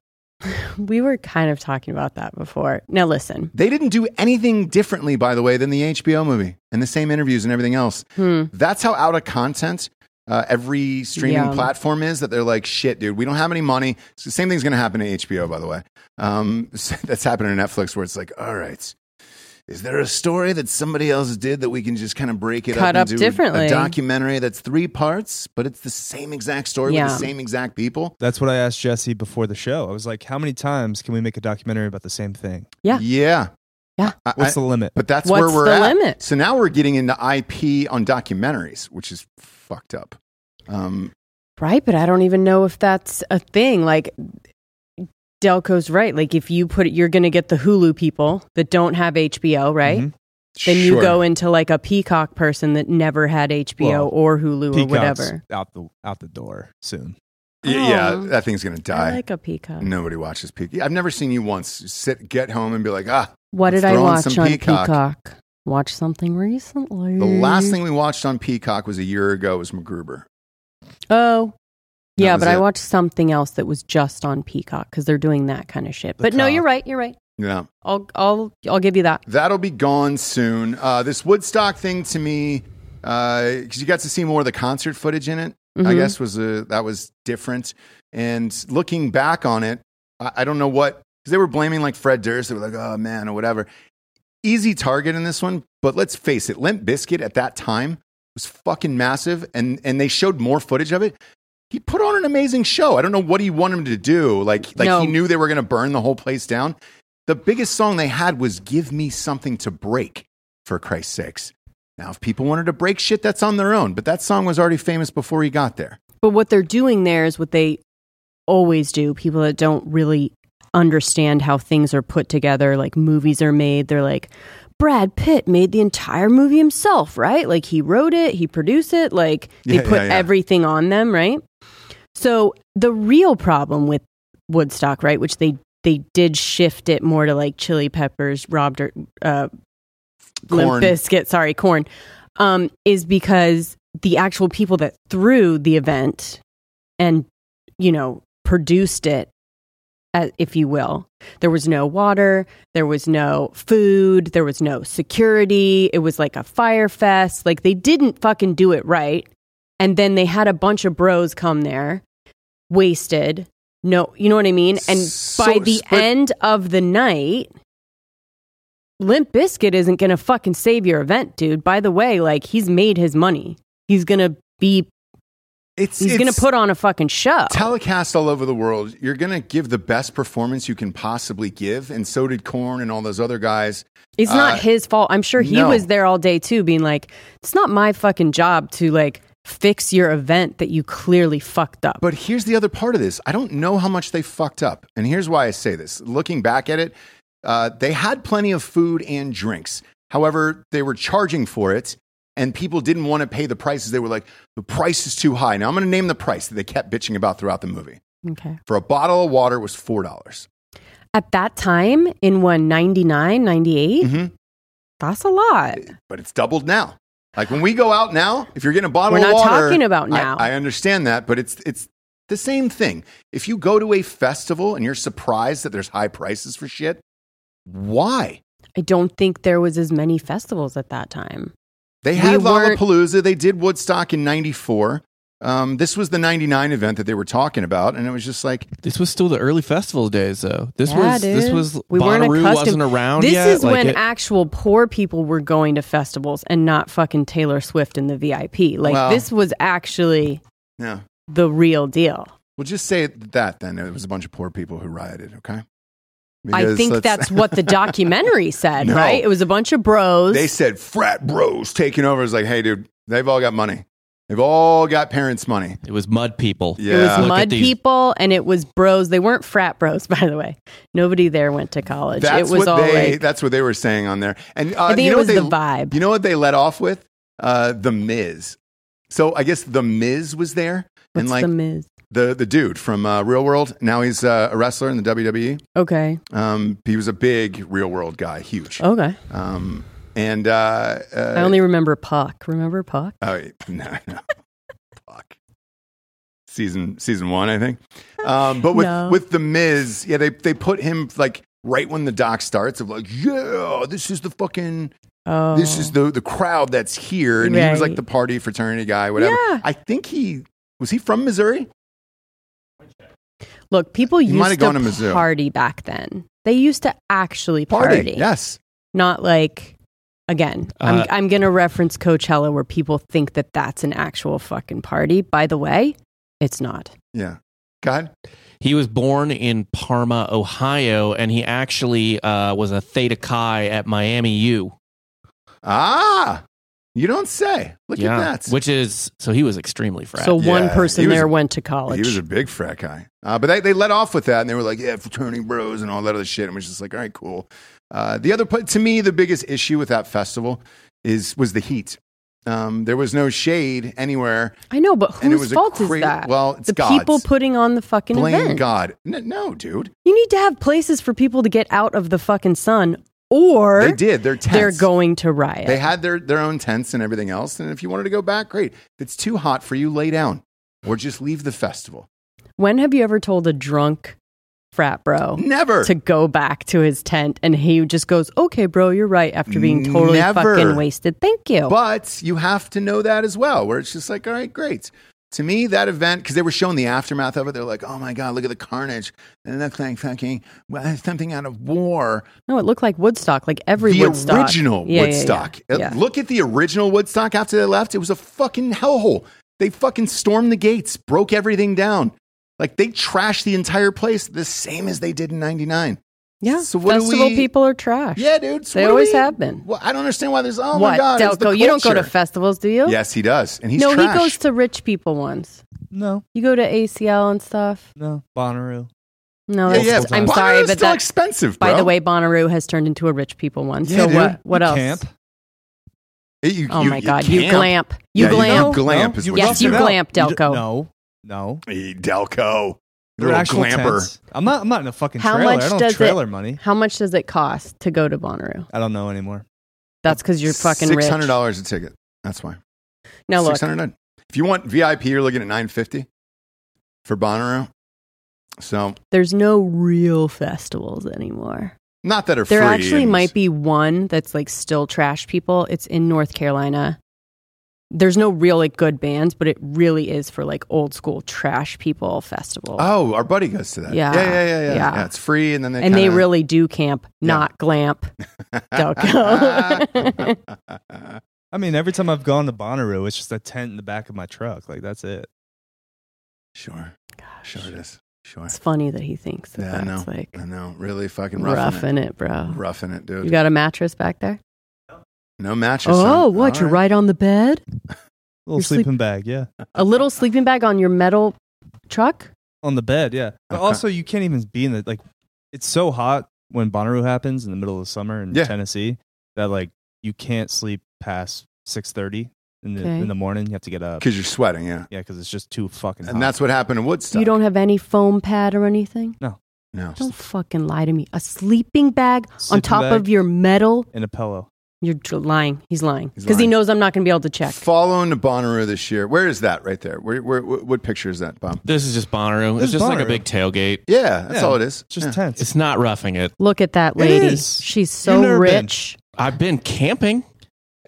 S3: We were kind of talking about that before. Now listen.
S2: They didn't do anything differently, by the way, than the HBO movie and the same interviews and everything else.
S3: Hmm.
S2: That's how out of content uh, every streaming
S3: Yeah.
S2: platform is. That they're like, shit, dude, we don't have any money. So same thing's going to happen to HBO, by the way. Um, so that's happening to Netflix, where it's like, all right, is there a story that somebody else did that we can just kind of break it
S3: Cut
S2: up
S3: up
S2: and do
S3: differently.
S2: a documentary that's three parts, but it's the same exact story
S3: Yeah.
S2: with the same exact people?
S5: That's what I asked Jesse before the show. I was like, how many times can we make a documentary about the same thing?
S3: Yeah.
S2: yeah,
S3: Yeah.
S2: I- I-
S5: What's the limit?
S2: But that's
S3: What's
S2: where we're
S3: the
S2: at.
S3: limit?
S2: So now we're getting into IP on documentaries, which is fucked up. Um,
S3: Right, but I don't even know if that's a thing. Like Delco's right. Like if you put it you're gonna get the Hulu people that don't have HBO, right?
S5: Mhm.
S3: Then you
S2: Mm-hmm. sure.
S3: go into like a Peacock person that never had HBO
S5: Well,
S3: or Hulu or
S5: Peacock's
S3: whatever.
S5: out the out the door soon.
S2: Y- yeah,
S3: Oh.
S2: that thing's gonna die.
S3: I like a Peacock.
S2: Nobody watches Peacock. I've never seen you once sit, get home, and be like, ah.
S3: What did I
S2: Throwing
S3: watch
S2: some
S3: on
S2: Peacock.
S3: Peacock. Watch something recently.
S2: The last thing we watched on Peacock was a year ago. Was MacGruber?
S3: Oh.
S2: That
S3: Yeah,
S2: was
S3: but I
S2: it.
S3: watched something else that was just on Peacock because they're doing that kind of shit.
S5: The
S3: but no,
S5: Cock.
S3: you're right. You're right.
S2: Yeah,
S3: I'll I'll I'll give you that.
S2: that'll be gone soon. Uh, this Woodstock thing to me, because you got to see more of the concert footage in it. I
S3: Mhm.
S2: guess was a that was different. And looking back on it, I, I don't know what because they were blaming like Fred Durst. They were like, oh man, or whatever. Easy target in this one, but let's face it, Limp Biscuit at that time was fucking massive, and and they showed more footage of it. He put on an amazing show. I don't know what he wanted him to do. Like like
S3: No.
S2: he knew they were going to burn the whole place down. The biggest song they had was "Give Me Something to Break." For Christ's sakes. Now, if people wanted to break shit, that's on their own. But that song was already famous before he got there.
S3: But what they're doing there is what they always do. People that don't really understand how things are put together, like movies are made, they're like, Brad Pitt made the entire movie himself, right? Like he wrote it, he produced it, like they
S2: Yeah,
S3: put
S2: yeah, yeah.
S3: everything on them, right? So the real problem with Woodstock, right, which they they did shift it more to like Chili Peppers, Rob, Dur- uh,
S2: Corn.
S3: Limp Biscuit, sorry, corn, um, is because the actual people that threw the event and you know produced it, uh, if you will, there was no water, there was no food, there was no security. It was like a fire fest. Like they didn't fucking do it right. And then they had a bunch of bros come there, wasted. No, you know what I mean? And
S2: So-
S3: by the
S2: but-
S3: end of the night, Limp Biscuit isn't going to fucking save your event, dude. By the way, like he's made his money. He's going to be
S2: It's
S3: he's going to put on a fucking show.
S2: telecast all over the world. You're going to give the best performance you can possibly give, and so did Corn and all those other guys.
S3: It's not
S2: Uh,
S3: his fault. I'm sure he
S2: no.
S3: was there all day too, being like, it's not my fucking job to like fix your event that you clearly fucked up.
S2: But here's the other part of this. I don't know how much they fucked up. And here's why I say this. Looking back at it, uh, they had plenty of food and drinks. However, they were charging for it, and people didn't want to pay the prices. They were like, the price is too high. Now, I'm going to name the price that they kept bitching about throughout the movie.
S3: okay.
S2: For a bottle of water, it was $4.
S3: At that time in one ninety nine, ninety eight,
S2: Mhm.
S3: that's a lot.
S2: but it's doubled now. Like when we go out now, if you're getting a bottle
S3: We're
S2: of
S3: not
S2: water,
S3: talking about
S2: I-
S3: now.
S2: I, understand that, but it's it's the same thing. If you go to a festival and you're surprised that there's high prices for shit, why?
S3: I don't think there was as many festivals at that time.
S2: They
S3: We
S2: had
S3: weren't-
S2: Lollapalooza. They did Woodstock in '94. Um, this was the '99 event that they were talking about, and it was just like
S4: This was still the early festival days, though. This
S3: Yeah,
S4: was this
S3: dude.
S4: was
S3: We weren't
S4: Bonnaroo
S3: accustomed-
S4: wasn't
S2: Oh,
S4: around
S3: This
S4: yet.
S3: is
S4: Like,
S3: when
S4: it-
S3: actual poor people were going to festivals and not fucking Taylor Swift in the VIP. Like
S2: Well-
S3: this was actually
S2: yeah.
S3: the real deal.
S2: We'll just say that then. It was a bunch of poor people who rioted. Okay.
S3: I
S2: Because
S3: think
S2: let's-
S3: that's what the documentary said,
S2: No.
S3: right? It was a bunch of bros.
S2: They said frat bros taking over. It's like, hey, dude, they've all got money. They've all got parents' money.
S4: it was mud people.
S2: Yeah.
S3: it was
S4: Look at
S3: mud
S4: these-
S3: people and it was bros. They weren't frat bros, by the way. Nobody there went to college.
S2: That's
S3: it was
S2: what
S3: all
S2: they.
S3: like,
S2: that's what they were saying on there. And uh,
S3: I think
S2: you
S3: it
S2: know
S3: was
S2: what
S3: the
S2: they-
S3: vibe.
S2: You know what they let off with? Uh, the Miz. So I guess the Miz was there, and
S3: What's
S2: like
S3: the
S2: the,
S3: Miz?
S2: the dude from uh, Real World. Now he's uh, a wrestler in the WWE.
S3: Okay.
S2: Um, he was a big Real World guy, huge.
S3: Okay.
S2: Um, and uh, uh,
S3: Oh. I only remember Puck. Remember Puck?
S2: Oh wait, no, no. Fuck. Season season one, I think. Um, but with
S3: No.
S2: with the Miz, yeah, they they put him like right when the doc starts of like, yeah, this is the fucking
S3: Oh.
S2: this is the the crowd that's here, and he was like
S3: Right.
S2: the party fraternity guy, whatever.
S3: Yeah.
S2: I think he was he from Missouri.
S3: Look, people
S2: You might
S3: used
S2: have gone
S3: to,
S2: to Mizzou.
S3: party back then. They used to actually party.
S2: yes.
S3: Not like again.
S4: Uh,
S3: I'm I'm going to reference Coachella where people think that that's an actual fucking party. By the way, it's not.
S2: Yeah. God,
S4: He was born in Parma, Ohio, and he actually uh, was a Theta Chi at Miami U.
S2: ah, you don't say. Look at that.
S4: which is so he was extremely frat.
S3: So one
S2: Yeah, he
S3: person
S2: was
S3: there
S2: a-
S3: went to college.
S2: He was a big frat guy. Uh, but they, they let off with that and they were like, yeah, fraternity bros and all that other shit. And we was just like, all right, cool. Uh, the other part, to me, the biggest issue with that festival is was the heat. Um, there was no shade anywhere.
S3: I know, but
S2: And it
S3: whose
S2: was a
S3: fault
S2: cra-
S3: is that?
S2: well, it's
S3: the
S2: God's.
S3: people putting on the fucking
S2: Blame
S3: event.
S2: God. N- no, dude.
S3: You need to have places for people to get out of the fucking sun, or
S2: They did. They're tents.
S3: they're going to riot.
S2: They had their, their own tents and everything else. And if you wanted to go back, great. If it's too hot for you, lay down or just leave the festival.
S3: when have you ever told a drunk frat bro
S2: Never.
S3: to go back to his tent and he just goes, "Okay, bro, you're right." After being totally
S2: Never.
S3: fucking wasted. Thank you.
S2: But you have to know that as well, where it's just like, all right, great. To me, that event, because they were showing the aftermath of it, they're like, oh my God, look at the carnage. It looks like fucking well, something out of war.
S3: no, it looked like Woodstock, like every
S2: the
S3: Woodstock.
S2: original
S3: Yeah, yeah, yeah.
S2: Woodstock. Uh,
S3: Yeah.
S2: Look at the original Woodstock after they left. It was a fucking hellhole. They fucking stormed the gates, broke everything down. Like they trashed the entire place the same as they did in 99.
S3: Yeah,
S2: So what do
S3: festival
S2: we-
S3: people are trash.
S2: Yeah, dude. so
S3: They
S2: what do
S3: always
S2: we-
S3: have been.
S2: Well, I don't understand why there's, oh my
S3: what,
S2: God. it was the
S3: Delco? You don't go to
S2: culture.
S3: festivals, do you?
S2: Yes, he does. And he's
S3: no,
S2: trash.
S3: he goes to rich people ones.
S5: No,
S3: You go to ACL and stuff.
S5: no, Bonnaroo.
S3: No,
S2: yeah,
S3: that's,
S2: yeah.
S3: I'm
S2: Bonnaroo's
S3: sorry, but
S2: still
S3: that,
S2: expensive. Bro.
S3: by the way, Bonnaroo has turned into a rich people one.
S2: Yeah,
S3: so
S2: dude.
S3: what? What
S5: You
S3: else?
S5: Camp.
S2: It- you-
S3: Oh
S2: you-
S3: my
S2: you
S3: God! You
S2: camp.
S3: glamp. You
S2: Yeah, you
S3: glamp.
S2: know. Glamp is what
S3: Yes,
S2: you
S3: you
S2: do.
S3: glamp,
S5: You d-
S3: Delco.
S5: No, no.
S2: Hey, Delco,
S5: They're
S2: little
S5: actual
S2: glamper.
S5: tents. I'm not. I'm not in a fucking
S3: How
S5: trailer.
S3: much
S5: I don't
S3: does
S5: have
S3: it-
S5: trailer money.
S3: How much does it cost to go to Bonnaroo?
S5: I don't know anymore.
S3: That's because you're fucking
S2: Six
S3: rich.
S2: hundred dollars a ticket. That's why.
S3: Now look,
S2: six hundred nine. If you want VIP, you're looking at nine fifty for Bonnaroo. So
S3: there's no real festivals anymore.
S2: not that are
S3: There
S2: free.
S3: actually
S2: and-
S3: might be one that's like still trash people. It's in North Carolina. There's no real like good bands, but it really is for like old school trash people festival.
S2: Oh, our buddy goes to that.
S3: Yeah.
S2: yeah, yeah, yeah. yeah.
S3: Yeah.
S2: Yeah, it's free, and then they
S3: and they
S2: kinda-
S3: really do camp, not glamp. Delco.
S5: I mean, every time I've gone to Bonnaroo, it's just a tent in the back of my truck. Like that's it.
S2: sure, sure it is. Sure.
S3: It's funny that he thinks that
S2: Yeah, I know.
S3: that's like
S2: I know. Really fucking
S3: roughing,
S2: roughing,
S3: it. bro.
S2: it. Roughing it, dude.
S3: You got a mattress back there?
S2: no matches.
S3: Oh,
S2: son.
S3: what?
S2: All
S3: You're right. on the bed?
S5: Little
S3: You're sleep-
S5: sleeping bag, yeah,
S3: A little sleeping bag on your metal truck?
S5: on the bed, yeah. But
S2: Okay.
S5: also, you can't even be in the like. It's so hot when Bonnaroo happens in the middle of summer in
S2: Yeah.
S5: Tennessee that like you can't sleep past six thirty in the
S3: Okay.
S5: in the morning. You have to get up,
S2: Because you're sweating, yeah.
S5: yeah, because it's just too fucking. hot.
S2: And that's what happened in Woodstock.
S3: You don't have any foam pad or anything?
S2: No.
S3: Don't fucking lie to me. A sleeping bag on
S5: Sleeping
S3: top
S5: bag.
S3: of your metal?
S5: in a pillow.
S3: You're dr- lying. He's lying.
S2: He's
S3: Because he
S2: lying.
S3: knows I'm not going to be able to check.
S2: Following to Bonnaroo this year. Where is that right there? Where, where, wh- what picture is that, Bob?
S4: This is just Bonnaroo. It's,
S5: It's
S4: just like a
S5: Bonnaroo.
S4: big tailgate.
S2: Yeah, that's
S5: Yeah,
S2: all it is.
S5: It's just
S2: yeah.
S5: tents.
S4: It's not roughing it.
S3: Look at that
S5: It
S3: lady.
S5: is.
S3: She's
S5: You've
S3: so
S5: never been.
S3: rich.
S4: I've been camping,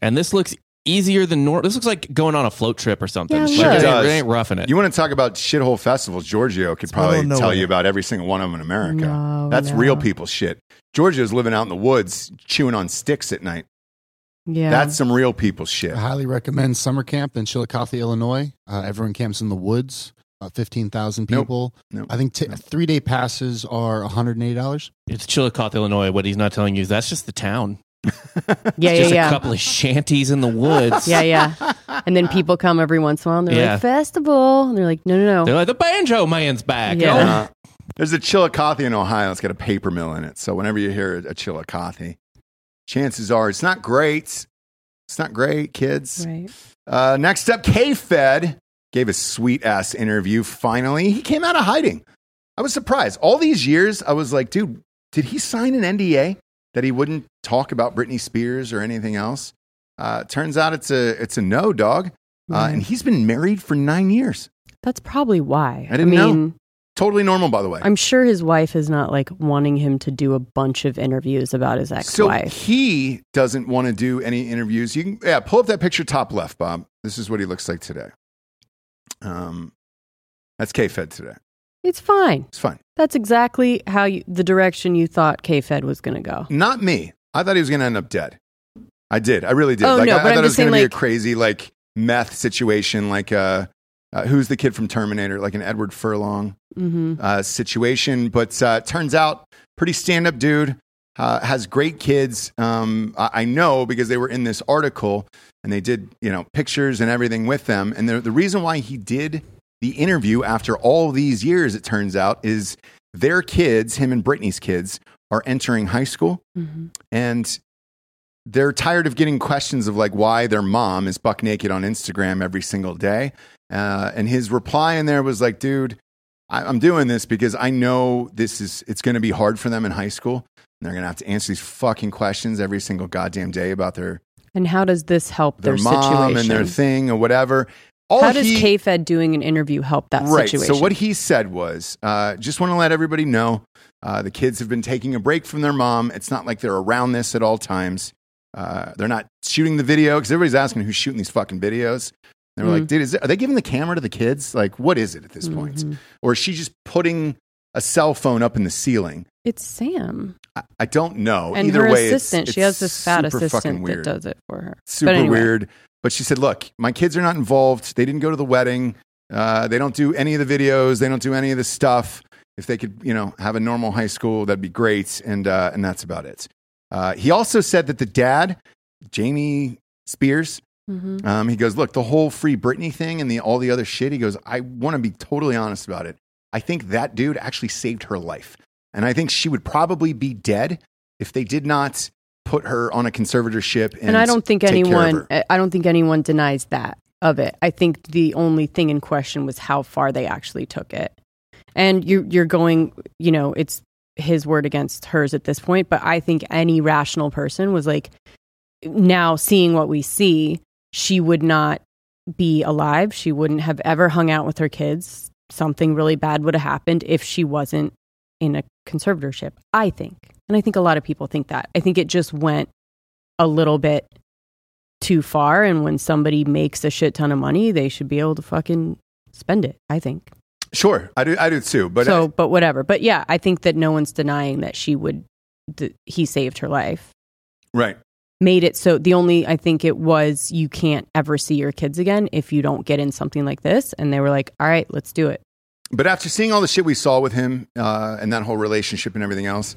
S4: and this looks easier than normal. This looks like going on a float trip or something.
S3: Yeah,
S4: Like,
S3: look.
S4: it,
S2: It does.
S4: ain't- it ain't roughing it.
S2: You want to talk about shithole festivals? Giorgio could probably
S5: middle of
S2: tell
S5: nowhere.
S2: you about every single one of them in America.
S3: No,
S2: That's
S3: no.
S2: real people shit. Giorgio's living out in the woods, chewing on sticks at night.
S3: Yeah.
S2: That's some real people shit.
S7: I highly recommend summer camp in Chillicothe, Illinois. Uh, everyone camps in the woods. About fifteen thousand
S2: Nope.
S7: people.
S2: Nope.
S7: I think t- three day passes are one hundred and eighty dollars.
S4: It's Chillicothe, Illinois. What he's not telling you is that's just the town.
S3: yeah, yeah,
S4: just a
S3: yeah.
S4: couple of shanties in the woods.
S3: Yeah, yeah. And then people come every once in a while and they're
S4: Yeah.
S3: like, festival. And they're like, no, no,
S4: They're
S3: no.
S4: like, the banjo man's back.
S3: Yeah.
S4: Oh,
S2: Uh, there's a Chillicothe in Ohio. It's got a paper mill in it. So whenever you hear a Chillicothe, chances are it's not great. It's not great, kids.
S3: Right.
S2: Uh, next up, K Fed gave a sweet ass interview finally. He came out of hiding. I was surprised. All these years, I was like, dude, did he sign an NDA that he wouldn't talk about Britney Spears or anything else? Uh, turns out it's a, it's a no, dog. Uh, and he's been married for nine years.
S3: That's probably why.
S2: I didn't know.
S3: mean,
S2: Totally normal, by the way.
S3: I'm sure his wife is not like wanting him to do a bunch of interviews about his ex-wife.
S2: So he doesn't want to do any interviews. You can yeah, pull up that picture top left, Bob. This is what he looks like today. Um, that's K Fed today.
S3: it's fine.
S2: It's fine.
S3: That's exactly how you, the direction you thought K-Fed was going to go.
S2: Not me. I thought he was going to end up dead. I did. I really did.
S3: Oh,
S2: like
S3: no,
S2: I,
S3: but
S2: I thought it
S3: I'm
S2: was
S3: just saying,
S2: gonna be
S3: like-
S2: a crazy like meth situation, like uh, uh, who's the kid from Terminator, like an Edward Furlong.
S3: hmm
S2: uh, situation. But uh, turns out, pretty stand up dude, uh, has great kids. Um, I, I know because they were in this article and they did, you know, pictures and everything with them. And the, the reason why he did the interview after all these years, it turns out, is their kids, him and Britney's kids, are entering high school
S3: hmm
S2: and they're tired of getting questions of like why their mom is buck naked on Instagram every single day. Uh, and his reply in there was like, dude, I, I'm doing this because I know this is, it's going to be hard for them in high school. And they're going to have to answer these fucking questions every single goddamn day about their,
S3: And how does this help
S2: their,
S3: their,
S2: mom
S3: situation?
S2: and their thing or whatever. All
S3: how does
S2: he-
S3: K-Fed doing an interview help that
S2: right.
S3: situation?
S2: So what he said was, uh, just want to let everybody know uh, the kids have been taking a break from their mom. It's not like they're around this at all times. Uh, they're not shooting the video because everybody's asking who's shooting these fucking videos. And They
S3: Mm.
S2: were like, dude, is it, are they giving the camera to the kids? Like, what is it at this
S3: Mm-hmm.
S2: point? Or is she just putting a cell phone up in the ceiling?
S3: it's Sam
S2: I, I don't know.
S3: and
S2: Either
S3: her
S2: way, it's-
S3: assistant. she
S2: it's
S3: has this fat
S2: super fucking
S3: assistant that
S2: weird
S3: does it for her. But
S2: super
S3: anyway.
S2: weird. But she said, "Look, my kids are not involved. They didn't go to the wedding. Uh, they don't do any of the videos. They don't do any of the stuff. If they could, you know, have a normal high school, that'd be great." And uh, and that's about it. Uh, he also said that the dad, Jamie Spears,
S3: Mhm.
S2: um, he goes, "Look, the whole free Britney thing and the all the other shit." He goes, "I want to be totally honest about it. I think that dude actually saved her life. And I think she would probably be dead if they did not put her on a conservatorship. And,
S3: and I don't think
S2: take care of
S3: anyone
S2: her.
S3: I I don't think anyone denies that of it. I think the only thing in question was how far they actually took it. And you you're going, you know, it's his word against hers at this point, but I think any rational person was like now seeing what we see, she would not be alive. She wouldn't have ever hung out with her kids. Something really bad would have happened if she wasn't in a conservatorship, I think. And I think a lot of people think that. I think it just went a little bit too far. And when somebody makes a shit ton of money, they should be able to fucking spend it, I think.
S2: Sure, I do. I do too. But uh,
S3: so, but whatever. But yeah, I think that no one's denying that she would, that he saved her life.
S2: right,
S3: Made it so the only, I think it was, you can't ever see your kids again if you don't get in something like this. And they were like, all right, let's do it.
S2: But after seeing all the shit we saw with him uh, and that whole relationship and everything else,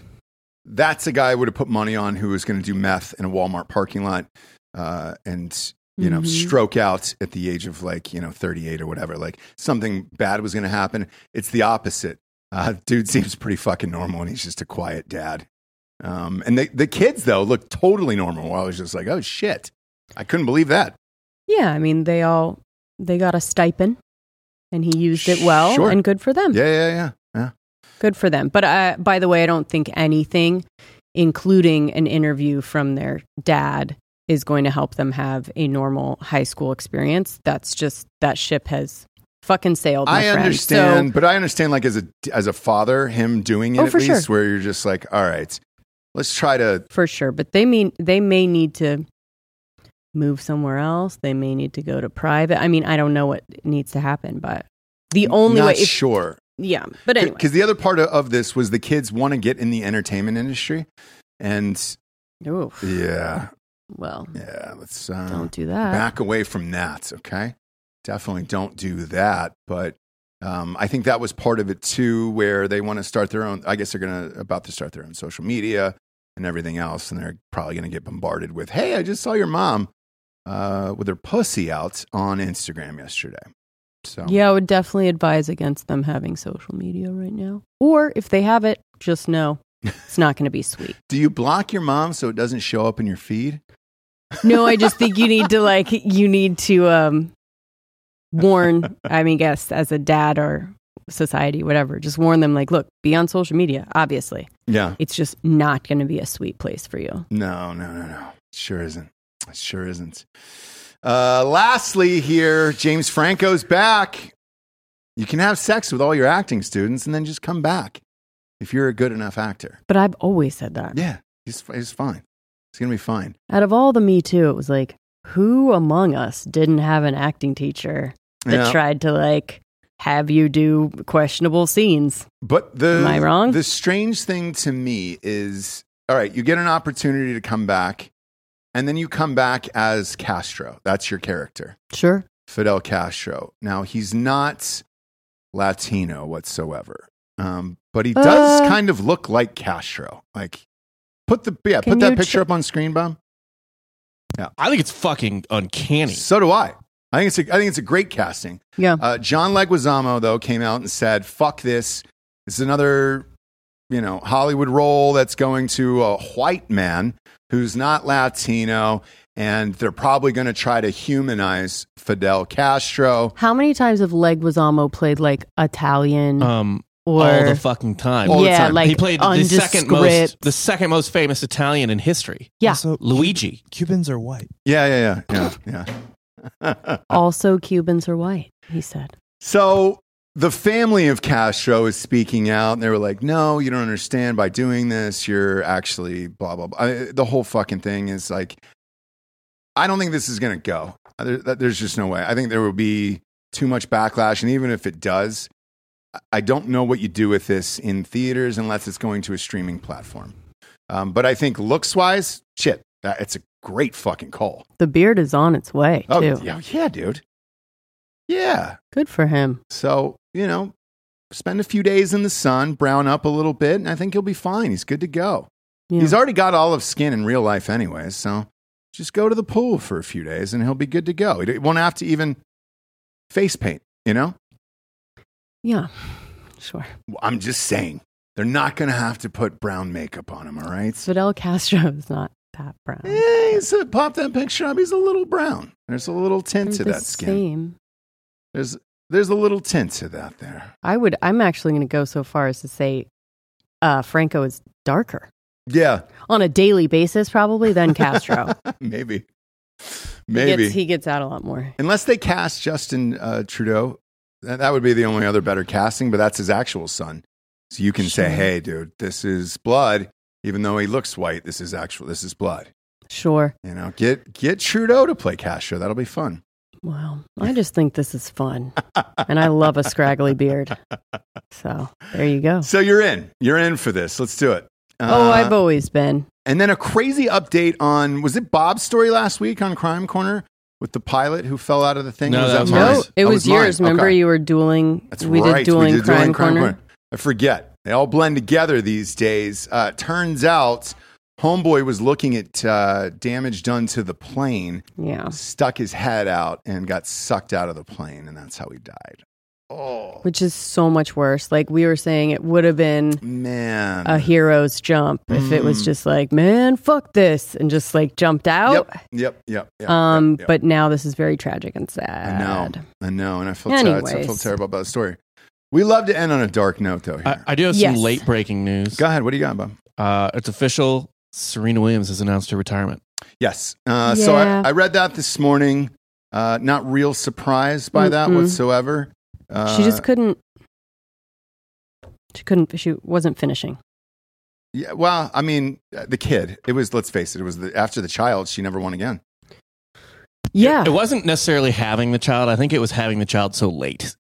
S2: that's a guy I would have put money on who was going to do meth in a Walmart parking lot uh, and, you know,
S3: Mhm.
S2: stroke out at the age of like, you know, 38 or whatever. Like something bad was going to happen. It's the opposite. Uh, dude seems pretty fucking normal and he's just a quiet dad. Um, and the, the kids, though, look totally normal. I was just like, oh shit. I couldn't believe that.
S3: Yeah. I mean, they all, they got a stipend and he used it well
S2: Sure.
S3: and good for them.
S2: Yeah, yeah, yeah. Yeah.
S3: good for them. But uh, by the way, I don't think anything, including an interview from their dad, is going to help them have a normal high school experience. That's just that ship has fucking sailed. My
S2: I
S3: friend.
S2: understand,
S3: So,
S2: but I understand like as a as a father, him doing it
S3: Oh,
S2: at
S3: for
S2: least,
S3: sure.
S2: where you're just like, all right, let's try to.
S3: for sure, but they mean they may need to move somewhere else. They may need to go to private. I mean, I don't know what needs to happen, but the only
S2: not
S3: way, if,
S2: sure,
S3: yeah. But anyway,
S2: because the other part of, of this was the kids want to get in the entertainment industry, and
S3: Oof.
S2: yeah,
S3: well,
S2: yeah, let's uh,
S3: don't do that.
S2: back away from that. Okay, definitely don't do that. But um, I think that was part of it too, where they want to start their own. I guess they're gonna about to start their own social media and everything else, and they're probably gonna get bombarded with, "Hey, I just saw your mom uh, with her pussy out on Instagram yesterday." So
S3: Yeah, I would definitely advise against them having social media right now. Or if they have it, just know it's not going to be sweet.
S2: do you block your mom so it doesn't show up in your feed?
S3: No, I just think you need to like you need to um warn, I mean, guess as a dad or society whatever, just warn them like, look, be on social media, obviously.
S2: Yeah.
S3: It's just not going to be a sweet place for you.
S2: No, no, no, no. Sure isn't. Sure isn't. Uh, lastly, here, James Franco's back. You can have sex with all your acting students and then just come back if you're a good enough actor.
S3: But I've always said that.
S2: Yeah, he's, he's fine. He's going to be fine.
S3: Out of all the me too, it was like who among us didn't have an acting teacher that
S2: Yeah.
S3: tried to like have you do questionable scenes?
S2: But the
S3: Am I wrong?
S2: The strange thing to me is, all right, you get an opportunity to come back, and then you come back as Castro. That's your character.
S3: Sure.
S2: Fidel Castro. Now he's not Latino whatsoever, um, but he does
S3: Uh.
S2: kind of look like Castro. Like, put the yeah,
S3: Can
S2: put that
S3: you
S2: picture
S3: ch-
S2: up on screen, bomb.
S4: I think it's fucking uncanny.
S2: So do I. I think it's a, I think it's a great casting.
S3: Yeah.
S2: Uh, John Leguizamo though came out and said, "Fuck this. This is another." You know, Hollywood role that's going to a white man who's not Latino, and they're probably going to try to humanize Fidel Castro.
S3: How many times have Leguizamo played like Italian
S4: Um,
S3: or
S4: all the fucking time.
S2: All Uh, the
S3: yeah,
S2: time.
S3: like
S4: he played the second most,
S3: undescript-
S4: the second most famous Italian in history.
S3: Yeah.
S5: Also,
S4: Luigi.
S5: Cubans are white.
S2: Yeah, yeah, yeah, yeah, yeah.
S3: also Cubans are white? He said.
S2: so the family of Castro is speaking out, and they were like, "No, you don't understand. By doing this, you're actually blah blah." blah. I, the whole fucking thing is like, I don't think this is gonna go. Uh, There, that- there's just no way. I think there will be too much backlash, and even if it does, I- I don't know what you do with this in theaters unless it's going to a streaming platform. Um, but I think looks wise, shit, that, it's a great fucking call.
S3: The beard is on its way too.
S2: Oh, yeah, yeah, dude. Yeah.
S3: Good for him.
S2: So, you know, spend a few days in the sun, brown up a little bit, and I think he'll be fine. He's good to go.
S3: Yeah.
S2: He's already got olive skin in real life, anyways. So just go to the pool for a few days and he'll be good to go. He won't have to even face paint, you know?
S3: yeah. Sure.
S2: I'm just saying. They're not going to have to put brown makeup on him, all right?
S3: Fidel Castro is not that brown.
S2: Yeah, he's a, pop that picture up. He's a little brown. There's a little tint to
S3: They're the
S2: that skin.
S3: Same.
S2: There's there's a little tint to that there.
S3: I would. I'm actually going to go so far as to say uh, Franco is darker
S2: Yeah,
S3: on a daily basis, probably than Castro.
S2: maybe,
S3: He
S2: maybe.
S3: gets, he gets out a lot more.
S2: Unless they cast Justin uh, Trudeau, that, that would be the only other better casting. But that's his actual son, so you can say, "Hey, dude, this is blood." Even though he looks white, this is actual. This is blood.
S3: Sure.
S2: You know, get get Trudeau to play Castro. That'll be fun.
S3: Well, I just think this is fun, and I love a scraggly beard. So there you go.
S2: So you're in. You're in for this. Let's do it.
S3: oh,
S2: Uh,
S3: I've always been.
S2: And then a crazy update on was it Bob's story last week on Crime Corner with the pilot who fell out of the thing?
S4: No, that was
S2: mine?
S4: mine.
S3: No, it
S2: That
S3: was,
S2: mine.
S3: yours. Remember,
S2: Okay.
S3: you were dueling.
S2: That's
S3: we
S2: right.
S3: did dueling
S2: we did
S3: crime,
S2: dueling Crime
S3: corner.
S2: Corner. I forget. They all blend together these days. Uh, turns out, Homeboy was looking at uh, damage done to the plane,
S3: Yeah,
S2: stuck his head out, and got sucked out of the plane, and that's how he died. Oh
S3: which is so much worse. Like we were saying, it would have been
S2: man!
S3: a hero's jump if it
S2: Mm.
S3: was just like, man, fuck this, and just like jumped out.
S2: Yep, yep, yep. yep
S3: Um,
S2: yep, yep.
S3: but now this is very tragic and
S2: I
S3: sad.
S2: know. I know. And I feel, ter- I feel
S3: Anyways.
S2: terrible about the story. We love to end on a dark note, though. Here.
S4: I, I do have
S3: Yes.
S4: some late breaking news.
S2: Go ahead. What do you got, Bob?
S4: Uh, it's official. Serena Williams has announced her retirement.
S2: Yes. Uh, So I,
S3: Yeah.
S2: I read that this morning. Uh, not real surprised by that
S3: Mm-mm.
S2: whatsoever. Uh,
S3: she just couldn't. She couldn't. She wasn't finishing.
S2: yeah, well, I mean, uh, the kid. It was. Let's face it. It was the, after the child. She never won again.
S3: Yeah,
S4: It wasn't necessarily having the child. I think it was having the child so late.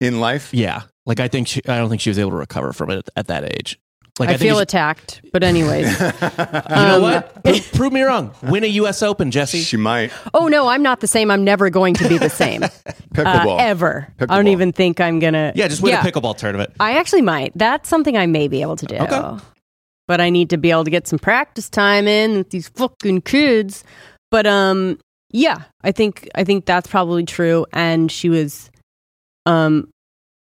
S2: In life,
S4: Yeah. Like I think she, I don't think she was able to recover from it at that age. Like
S3: I, feel
S4: it's-
S3: attacked. But anyways,
S4: You know
S3: Um,
S4: what? Pro- prove me wrong. Win a U.S. Open, Jesse.
S2: she might
S3: oh no, I'm not the same. I'm never going to be the same uh,
S2: pickleball
S3: ever. I don't
S2: Pickleball.
S3: even think I'm gonna.
S4: Yeah, just win a pickleball tournament.
S3: I actually might. That's something I may be able to do.
S4: Okay.
S3: But I need to be able to get some practice time in with these fucking kids. But um yeah, I think I think that's probably true and she was um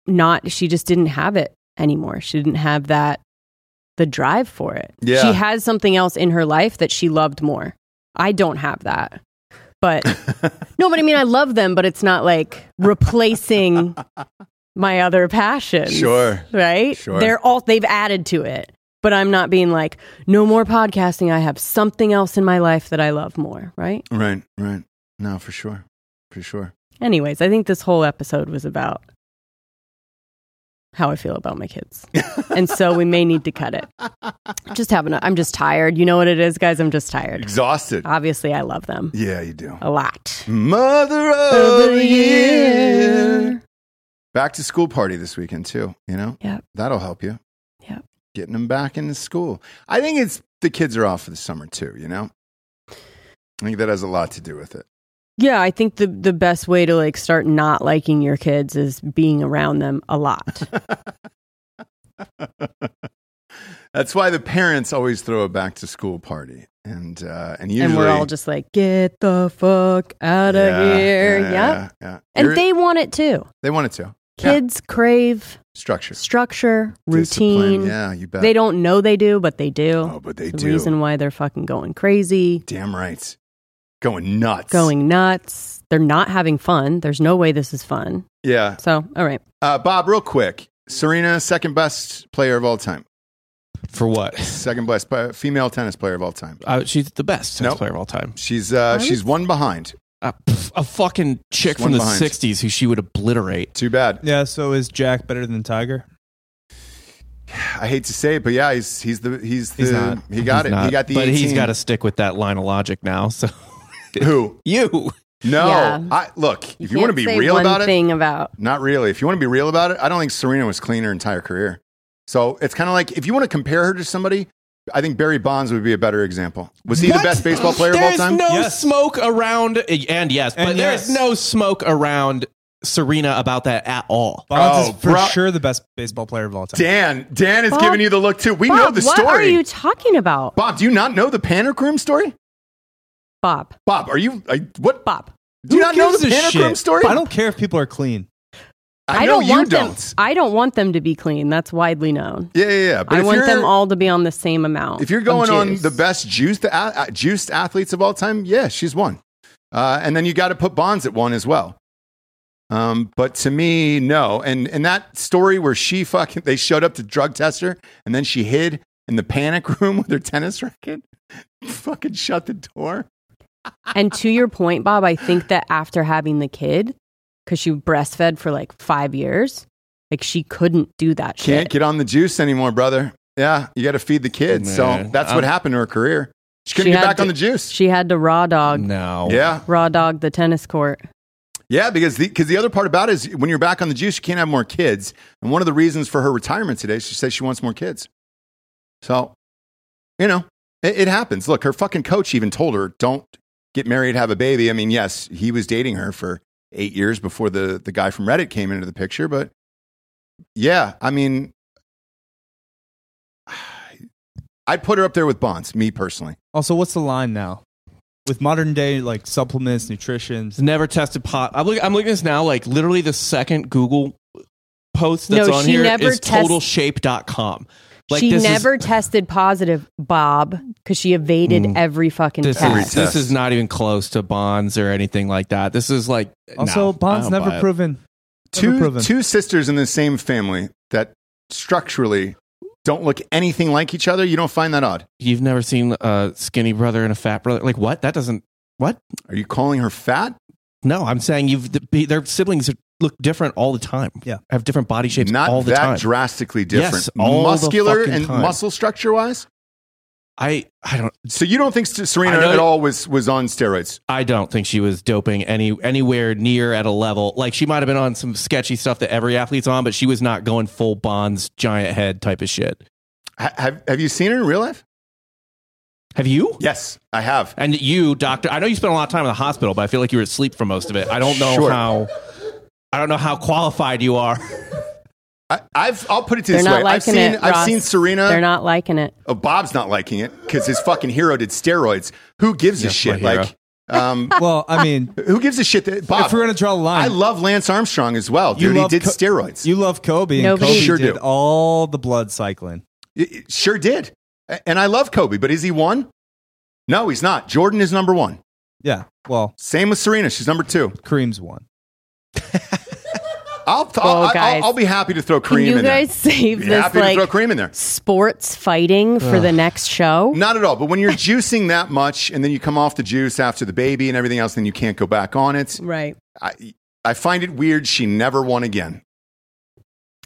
S3: not she just didn't have it anymore. She didn't have that the drive for it.
S2: Yeah.
S3: She has something else in her life that she loved more. I don't have that. But no, but I mean I love them, but it's not like replacing my other passions
S2: Sure.
S3: right?
S2: Sure.
S3: They're all they've added to it. But I'm not being like, no more podcasting. I have something else in my life that I love more, right?
S2: Right. Right. No, for sure. For sure.
S3: Anyways, I think this whole episode was about how I feel about my kids. and so we may need to cut it. Just having a, I'm just tired. You know what it is, guys? I'm just tired.
S2: Exhausted.
S3: Obviously, I love them
S2: Yeah, you do.
S3: a lot.
S2: Mother of the year. back to school party this weekend too. You know,
S3: Yep.
S2: that'll help you.
S3: Yep.
S2: getting them back into school. I think it's the kids are off for the summer too. You know, I think that has a lot to do with it.
S3: Yeah, I think the the best way to like start not liking your kids is being around them a lot.
S2: That's why the parents always throw a back to school party, and uh, and usually
S3: and we're all just like, get the fuck out of here.
S2: Yeah,
S3: Yep.
S2: yeah.
S3: And
S2: You're-
S3: they want it too.
S2: they want it to Yeah.
S3: Kids crave
S2: structure
S3: structure,
S2: discipline.
S3: routine.
S2: Yeah, you bet
S3: They don't know they do, but they do.
S2: Oh, but they
S3: the
S2: do.
S3: reason why they're fucking going crazy,
S2: Damn right, going nuts.
S3: going nuts. They're not having fun. There's no way this is fun.
S2: Yeah,
S3: So, all right.
S2: uh, Bob, real quick. Serena, second best player of all time.
S4: For what?
S2: second best pla- female tennis player of all time.
S4: Uh, she's the best tennis
S2: Nope.
S4: player of all time.
S2: She's uh,
S3: What?
S2: she's one behind.
S4: Uh, pff, a fucking chick
S2: Just one
S4: from the
S2: behind.
S4: '60s who she would obliterate.
S2: Too bad.
S5: Yeah. So is Jack better than Tiger?
S2: I hate to say it, but yeah, he's he's the he's the
S4: He's not.
S2: he got
S4: He's
S2: it. He
S4: not.
S2: got the.
S4: But he's
S2: 18.
S4: got to stick with that line of logic now. So
S2: who?
S4: you.
S2: No,
S3: Yeah.
S2: I look. if you want to
S3: can't
S2: be
S3: say
S2: real
S3: one
S2: about
S3: thing about
S2: it, not really. If you want to be real about it, I don't think Serena was clean her entire career. So it's kind of like if you want to compare her to somebody, I think Barry Bonds would be a better example. Was he the
S4: What?
S2: best baseball player of
S4: There
S2: all
S4: is
S2: time?
S4: no
S5: Yes.
S4: smoke around, eh, and yes, but
S5: And
S4: there
S5: yes.
S4: is no smoke around Serena about that at all.
S5: Bonds
S2: Oh,
S5: is for
S2: bro-
S5: sure the best baseball player of all time.
S2: Dan, Dan is
S3: Bob-
S2: giving you the look too. We know
S3: Bob,
S2: the
S3: what
S2: story.
S3: are you talking about?
S2: Bob, do you not know the panic room story?
S3: Bob.
S2: Bob, are you? I, what?
S3: Bob.
S2: Do you
S5: Who
S2: not know
S5: gives
S2: the
S5: a
S2: Panacrium
S5: shit?
S2: story?
S5: I don't care if people are clean.
S2: I, know
S3: don't
S2: you
S3: want
S2: don't.
S3: Them, I don't want them to be clean. That's widely known.
S2: Yeah, yeah, yeah. But
S3: I
S2: if
S3: want
S2: you're-
S3: them all to be on the same amount.
S2: If you're
S3: of
S2: going on
S3: juice.
S2: the best juiced a- uh, juiced athletes of all time, yeah, she's one. Uh, and then you got to put Bonds at one as well. Um, but to me, no. And and that story where she fucking they showed up to drug test her and then she hid in the panic room with her tennis racket, fucking shut the door.
S3: and to your point, Bob, I think that after having the kid, because she breastfed for like five years, like she couldn't do that
S2: Can't
S3: shit.
S2: get on the juice anymore, brother. Yeah, you got to feed the kids. so
S4: Man,
S2: that's what
S4: I'm-
S2: happened to her career. She couldn't
S3: She
S2: get
S3: had
S2: back
S3: to-
S2: on the juice.
S3: She had to raw dog,
S4: No.
S2: yeah,
S3: raw dog the tennis court.
S2: Yeah, because the, cause the other part about it is when you're back on the juice, you can't have more kids. And one of the reasons for her retirement today, she says she wants more kids. So, you know, it, it happens. Look, her fucking coach even told her, don't get married, have a baby. I mean, yes, he was dating her for eight years before the, the guy from Reddit came into the picture. But yeah, I mean, I'd put her up there with Bonds, me personally.
S5: Also, what's the line now? With modern day like supplements, nutrition,
S4: It's never tested pot. I'm, look, I'm looking at this now, like literally the second Google post that's
S3: No,
S4: on
S3: she
S4: here
S3: never
S4: is
S3: test-
S4: totalshape.com. Like
S3: she
S4: this is-
S3: never tested positive, Bob, because she evaded
S4: Mm.
S3: every fucking
S4: this
S3: test.
S4: is, this is not even close to Bonds or anything like that. This is like
S5: Also,
S4: no,
S5: Bond's
S4: I don't buy
S5: never
S4: it.
S5: proven. Never
S2: two
S5: proven.
S2: two sisters in the same family that structurally don't look anything like each other. You don't find that odd.
S4: You've never seen a skinny brother and a fat brother. Like what? That doesn't. What?
S2: Are you calling her fat?
S4: No, I'm saying you've the- be- their siblings look different all the time.
S5: Yeah.
S4: have different body shapes
S2: Not
S4: all the
S2: that
S4: time.
S2: drastically different.
S4: Yes, all the
S2: Muscular
S4: fucking
S2: and
S4: time.
S2: muscle structure wise.
S4: I I don't
S2: So you don't think S- Serena
S4: I know-
S2: at all was was on steroids?
S4: I don't think she was doping any anywhere near at a level. Like she might have been on some sketchy stuff that every athlete's on, but she was not going full Bonds giant head type of shit.
S2: Ha- have Have you seen her in real life?
S4: Have you?
S2: Yes, I have.
S4: And you, doctor, I know you spent a lot of time in the hospital, but I feel like you were asleep for most of it. I don't know
S2: Sure.
S4: how I don't know how qualified you are.
S2: I, I've. I'll put it to
S3: They're
S2: this
S3: not
S2: way: I've
S3: liking
S2: seen.
S3: it.
S2: I've
S3: Ross.
S2: seen Serena.
S3: They're not liking it.
S2: oh, Bob's not liking it because his fucking hero did steroids. Who gives a
S4: Yes, my
S2: shit?
S4: hero.
S2: Like, um,
S5: Well, I mean,
S2: who gives a shit that Bob?
S5: if we're gonna draw a line,
S2: I love Lance Armstrong as well,
S5: You
S2: dude. He
S5: love
S2: did
S5: co-
S2: steroids.
S5: you love Kobe, and
S3: Nobody-
S5: Kobe
S2: Sure
S5: did
S2: do.
S5: all the blood cycling.
S2: It- it sure did. A- And I love Kobe, but is he one? No, he's not. Jordan is number one.
S5: Yeah. Well,
S2: Same with Serena. She's number two.
S5: Kareem's one.
S2: I'll, th-
S3: Whoa,
S2: I'll, I'll,
S3: guys.
S2: I'll be happy to throw cream
S3: Can you
S2: in
S3: guys save
S2: there. Be
S3: this
S2: happy to
S3: like
S2: throw cream in there.
S3: sports fighting for the next show?
S2: Not at all. But when you're juicing that much and then you come off the juice after the baby and everything else, then you can't go back on it.
S3: Right.
S2: I, I find it weird she never won again.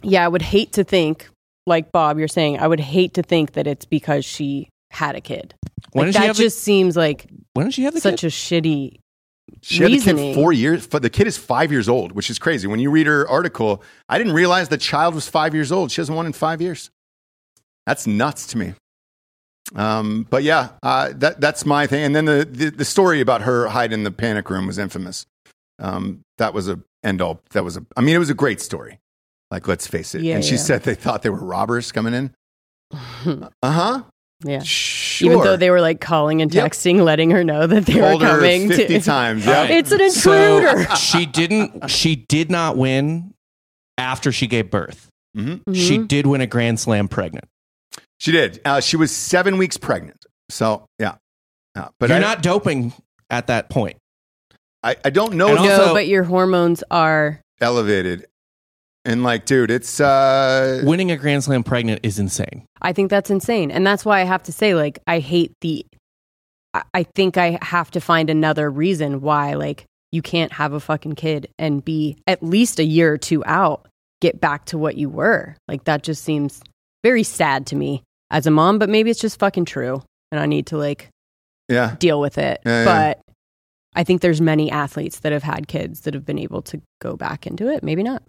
S3: Yeah, I would hate to think, like Bob, you're saying, I would hate to think that it's because she had a kid.
S4: When
S3: Like,
S4: did she
S3: that
S4: have the-
S3: just seems like
S4: When did she have the
S3: such
S4: kid?
S3: a shitty.
S2: She had the kid
S3: Reasoning.
S2: four years. f- The kid is five years old, which is crazy. When you read her article, I didn't realize the child was five years old. She hasn't won in five years. That's nuts to me. Um, but yeah, uh, that, that's my thing. And then the, the, the story about her hiding in the panic room was infamous. Um, that was a end all. That was a. I mean, it was a great story. Like, let's face it.
S3: Yeah,
S2: and she
S3: yeah.
S2: said they thought they were robbers coming in. Uh huh.
S3: yeah.
S2: Sure.
S3: Even though they were like calling and
S2: Yep.
S3: texting, letting her know that they
S2: told
S3: were
S2: her
S3: coming.
S2: fifty
S3: to,
S2: times.
S4: All
S2: Yeah.
S4: right.
S3: It's an intruder.
S4: So, she didn't she did not win after she gave birth.
S2: Mhm.
S4: She
S3: Mhm.
S4: did win a grand slam pregnant.
S2: She did. Uh, she was seven weeks pregnant. So yeah, Uh, but
S4: But you're
S2: I,
S4: not doping at that point.
S2: I, I don't know
S4: And
S2: if
S4: also-
S2: it's
S3: no, but your hormones are.
S2: elevated. And like, dude, it's uh,
S4: Winning a grand slam pregnant is insane.
S3: I think that's insane. And that's why I have to say, like, I hate the. I- I think I have to find another reason why, like, you can't have a fucking kid and be at least a year or two out, get back to what you were. Like, that just seems very sad to me as a mom, but maybe it's just fucking true. And I need to, like,
S2: yeah,
S3: deal with it.
S2: Yeah, yeah.
S3: but I think there's many athletes that have had kids that have been able to go back into it. Maybe not.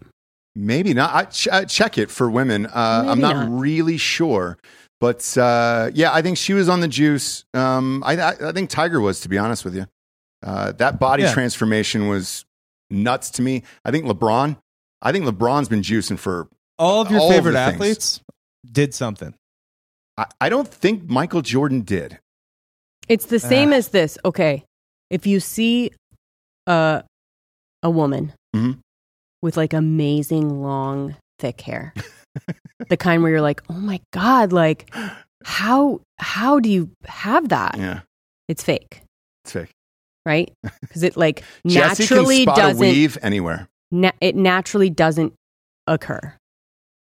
S2: maybe not. I, ch- I check it for women. Uh, I'm
S3: Maybe
S2: not,
S3: not.
S2: really sure, but uh, yeah, I think she was on the juice. Um, I, I, I think Tiger was, to be honest with you. Uh, that body
S5: Yeah.
S2: transformation was nuts to me. I think LeBron. I think LeBron's been juicing for.
S5: All of your
S2: All of the
S5: favorite
S2: things.
S5: athletes did something.
S2: I, I don't think Michael Jordan did.
S3: It's the same
S5: Ah.
S3: as this. Okay. If you see a a woman
S2: Mhm.
S3: with like amazing long thick hair. the kind where you're like, "Oh my god, like how how do you have that?"
S2: Yeah,
S3: It's fake,
S2: sick.
S3: right? Cuz it like
S2: Jesse can
S3: naturally
S2: spot a
S3: doesn't
S2: weave anywhere.
S3: na- it naturally doesn't occur.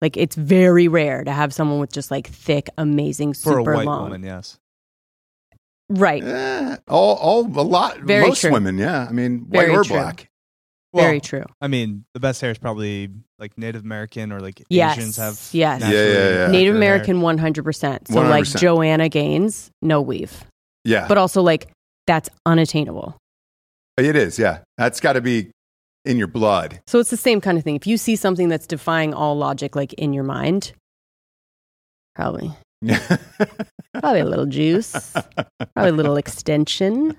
S3: Like it's very rare to have someone with just like thick, amazing,
S5: for
S3: super
S5: a white
S3: long,
S5: woman. Yes,
S3: right?
S2: Eh, all, all, a lot.
S3: Very
S2: most
S3: true.
S2: women, yeah. I mean, white
S3: Very
S2: or
S3: true.
S2: black.
S3: very
S5: Well,
S3: true.
S5: I mean, the best hair is probably like Native American or like
S3: Yes,
S5: Asians have.
S3: yes. Yeah,
S5: naturally
S2: yeah, yeah.
S3: Native
S5: thicker hair.
S3: American, one hundred percent. So like
S2: 100%.
S3: Joanna Gaines, no weave,
S2: Yeah,
S3: but also like that's unattainable.
S2: it is. Yeah, that's got to be in your blood.
S3: So it's the same kind of thing. If you see something that's defying all logic, like in your mind, probably
S2: Yeah.
S3: probably a little juice, probably a little extension,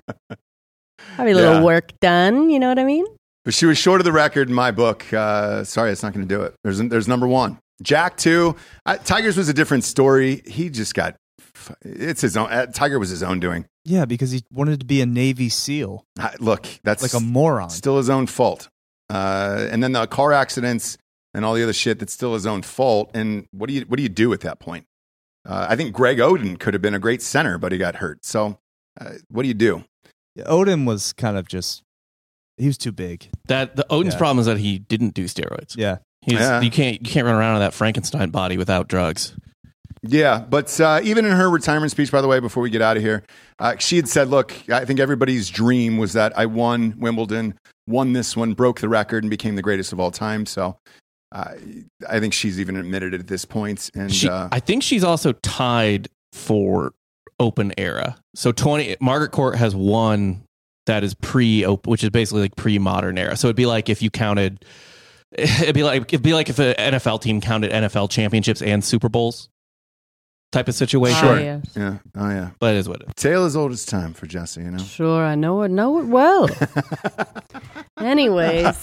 S3: probably a little
S2: Yeah.
S3: work done. You know what I mean?
S2: But she was short of the record in my book. Uh, sorry, it's not going to do it. There's, there's number one. Jack, two. I, Tigers was a different story. He just got, f- it's his own. Uh, Tiger was his own doing.
S5: Yeah, because he wanted to be a Navy SEAL,
S2: I, look, that's
S5: like a moron.
S2: still his own fault. Uh, and then the car accidents and all the other shit that's still his own fault. And what do you, what do you do at that point? Uh, I think Greg Oden could have been a great center, but he got hurt. So uh, what do you do?
S5: Yeah, Odin was kind of just he was too big.
S4: That the Odin's
S5: Yeah.
S4: problem is that he didn't do steroids.
S5: Yeah.
S4: He's,
S2: Yeah.
S4: You can't you can't run around in that Frankenstein body without drugs.
S2: Yeah, but uh, even in her retirement speech, by the way, before we get out of here, uh, she had said, "Look, I think everybody's dream was that I won Wimbledon, won this one, broke the record, and became the greatest of all time." So, uh, I think she's even admitted it at this point. And
S4: she,
S2: uh,
S4: I think she's also tied for open era. So twenty Margaret Court has one that is pre open, which is basically like pre modern era. So it'd be like if you counted, it'd be like it'd be like if an NFL team counted NFL championships and Super Bowls type of situation.
S3: Sure. Ah, yes.
S2: yeah, oh yeah,
S4: But it is what it.
S2: tale as old as time for Jesse. You know,
S3: Sure, I know it. Know it well. Anyways,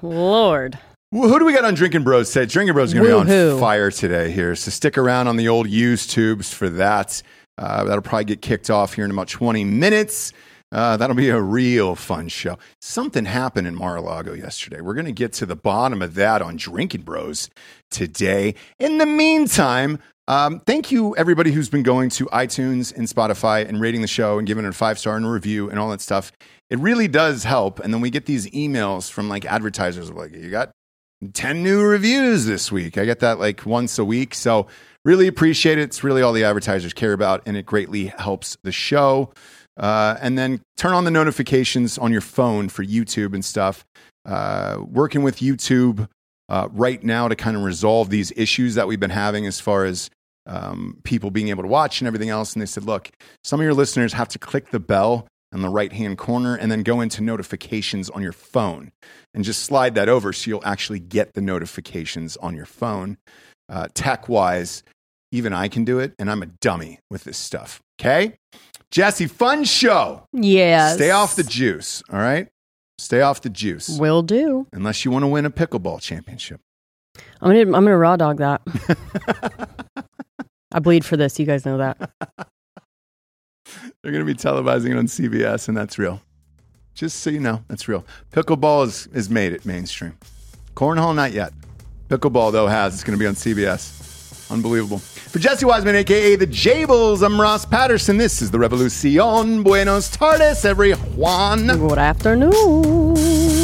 S3: Lord,
S2: Well, who do we got on Drinking Bros today? Drinking Bros is going to be on
S3: Woo-hoo.
S2: fire today here. So stick around on the old used tubes for that. Uh, that'll probably get kicked off here in about 20 minutes. Uh, that'll be a real fun show. Something happened in Mar a Lago yesterday. We're going to get to the bottom of that on Drinking Bros today. In the meantime, um, thank you, everybody who's been going to iTunes and Spotify and rating the show and giving it a five star and a review and all that stuff. It really does help. And then we get these emails from like advertisers like, you got 10 new reviews this week. I get that like once a week. So really appreciate it. It's really all the advertisers care about, and it greatly helps the show. Uh, and then turn on the notifications on your phone for YouTube and stuff. Uh, working with YouTube uh, right now to kind of resolve these issues that we've been having as far as um, people being able to watch and everything else. And they said, look, some of your listeners have to click the bell in the right hand corner and then go into notifications on your phone and just slide that over so you'll actually get the notifications on your phone. Uh, tech wise, even I can do it, and I'm a dummy with this stuff. Okay? Jesse, fun show.
S3: yes.
S2: Stay off the juice, all right? Stay off the juice.
S3: Will do.
S2: Unless you want to win a pickleball championship.
S3: I'm gonna. I'm gonna raw dog that. I bleed for this. You guys know that.
S2: They're going to be televising it on CBS, and that's real. Just so you know, that's real. Pickleball is, is made it mainstream. Cornhole, not yet. Pickleball, though, has. It's going to be on CBS. Unbelievable. For Jesse Wiseman, a.k.a. The Jables, I'm Ross Patterson. This is the Revolucion. Buenos tardes, every Juan.
S3: Good afternoon.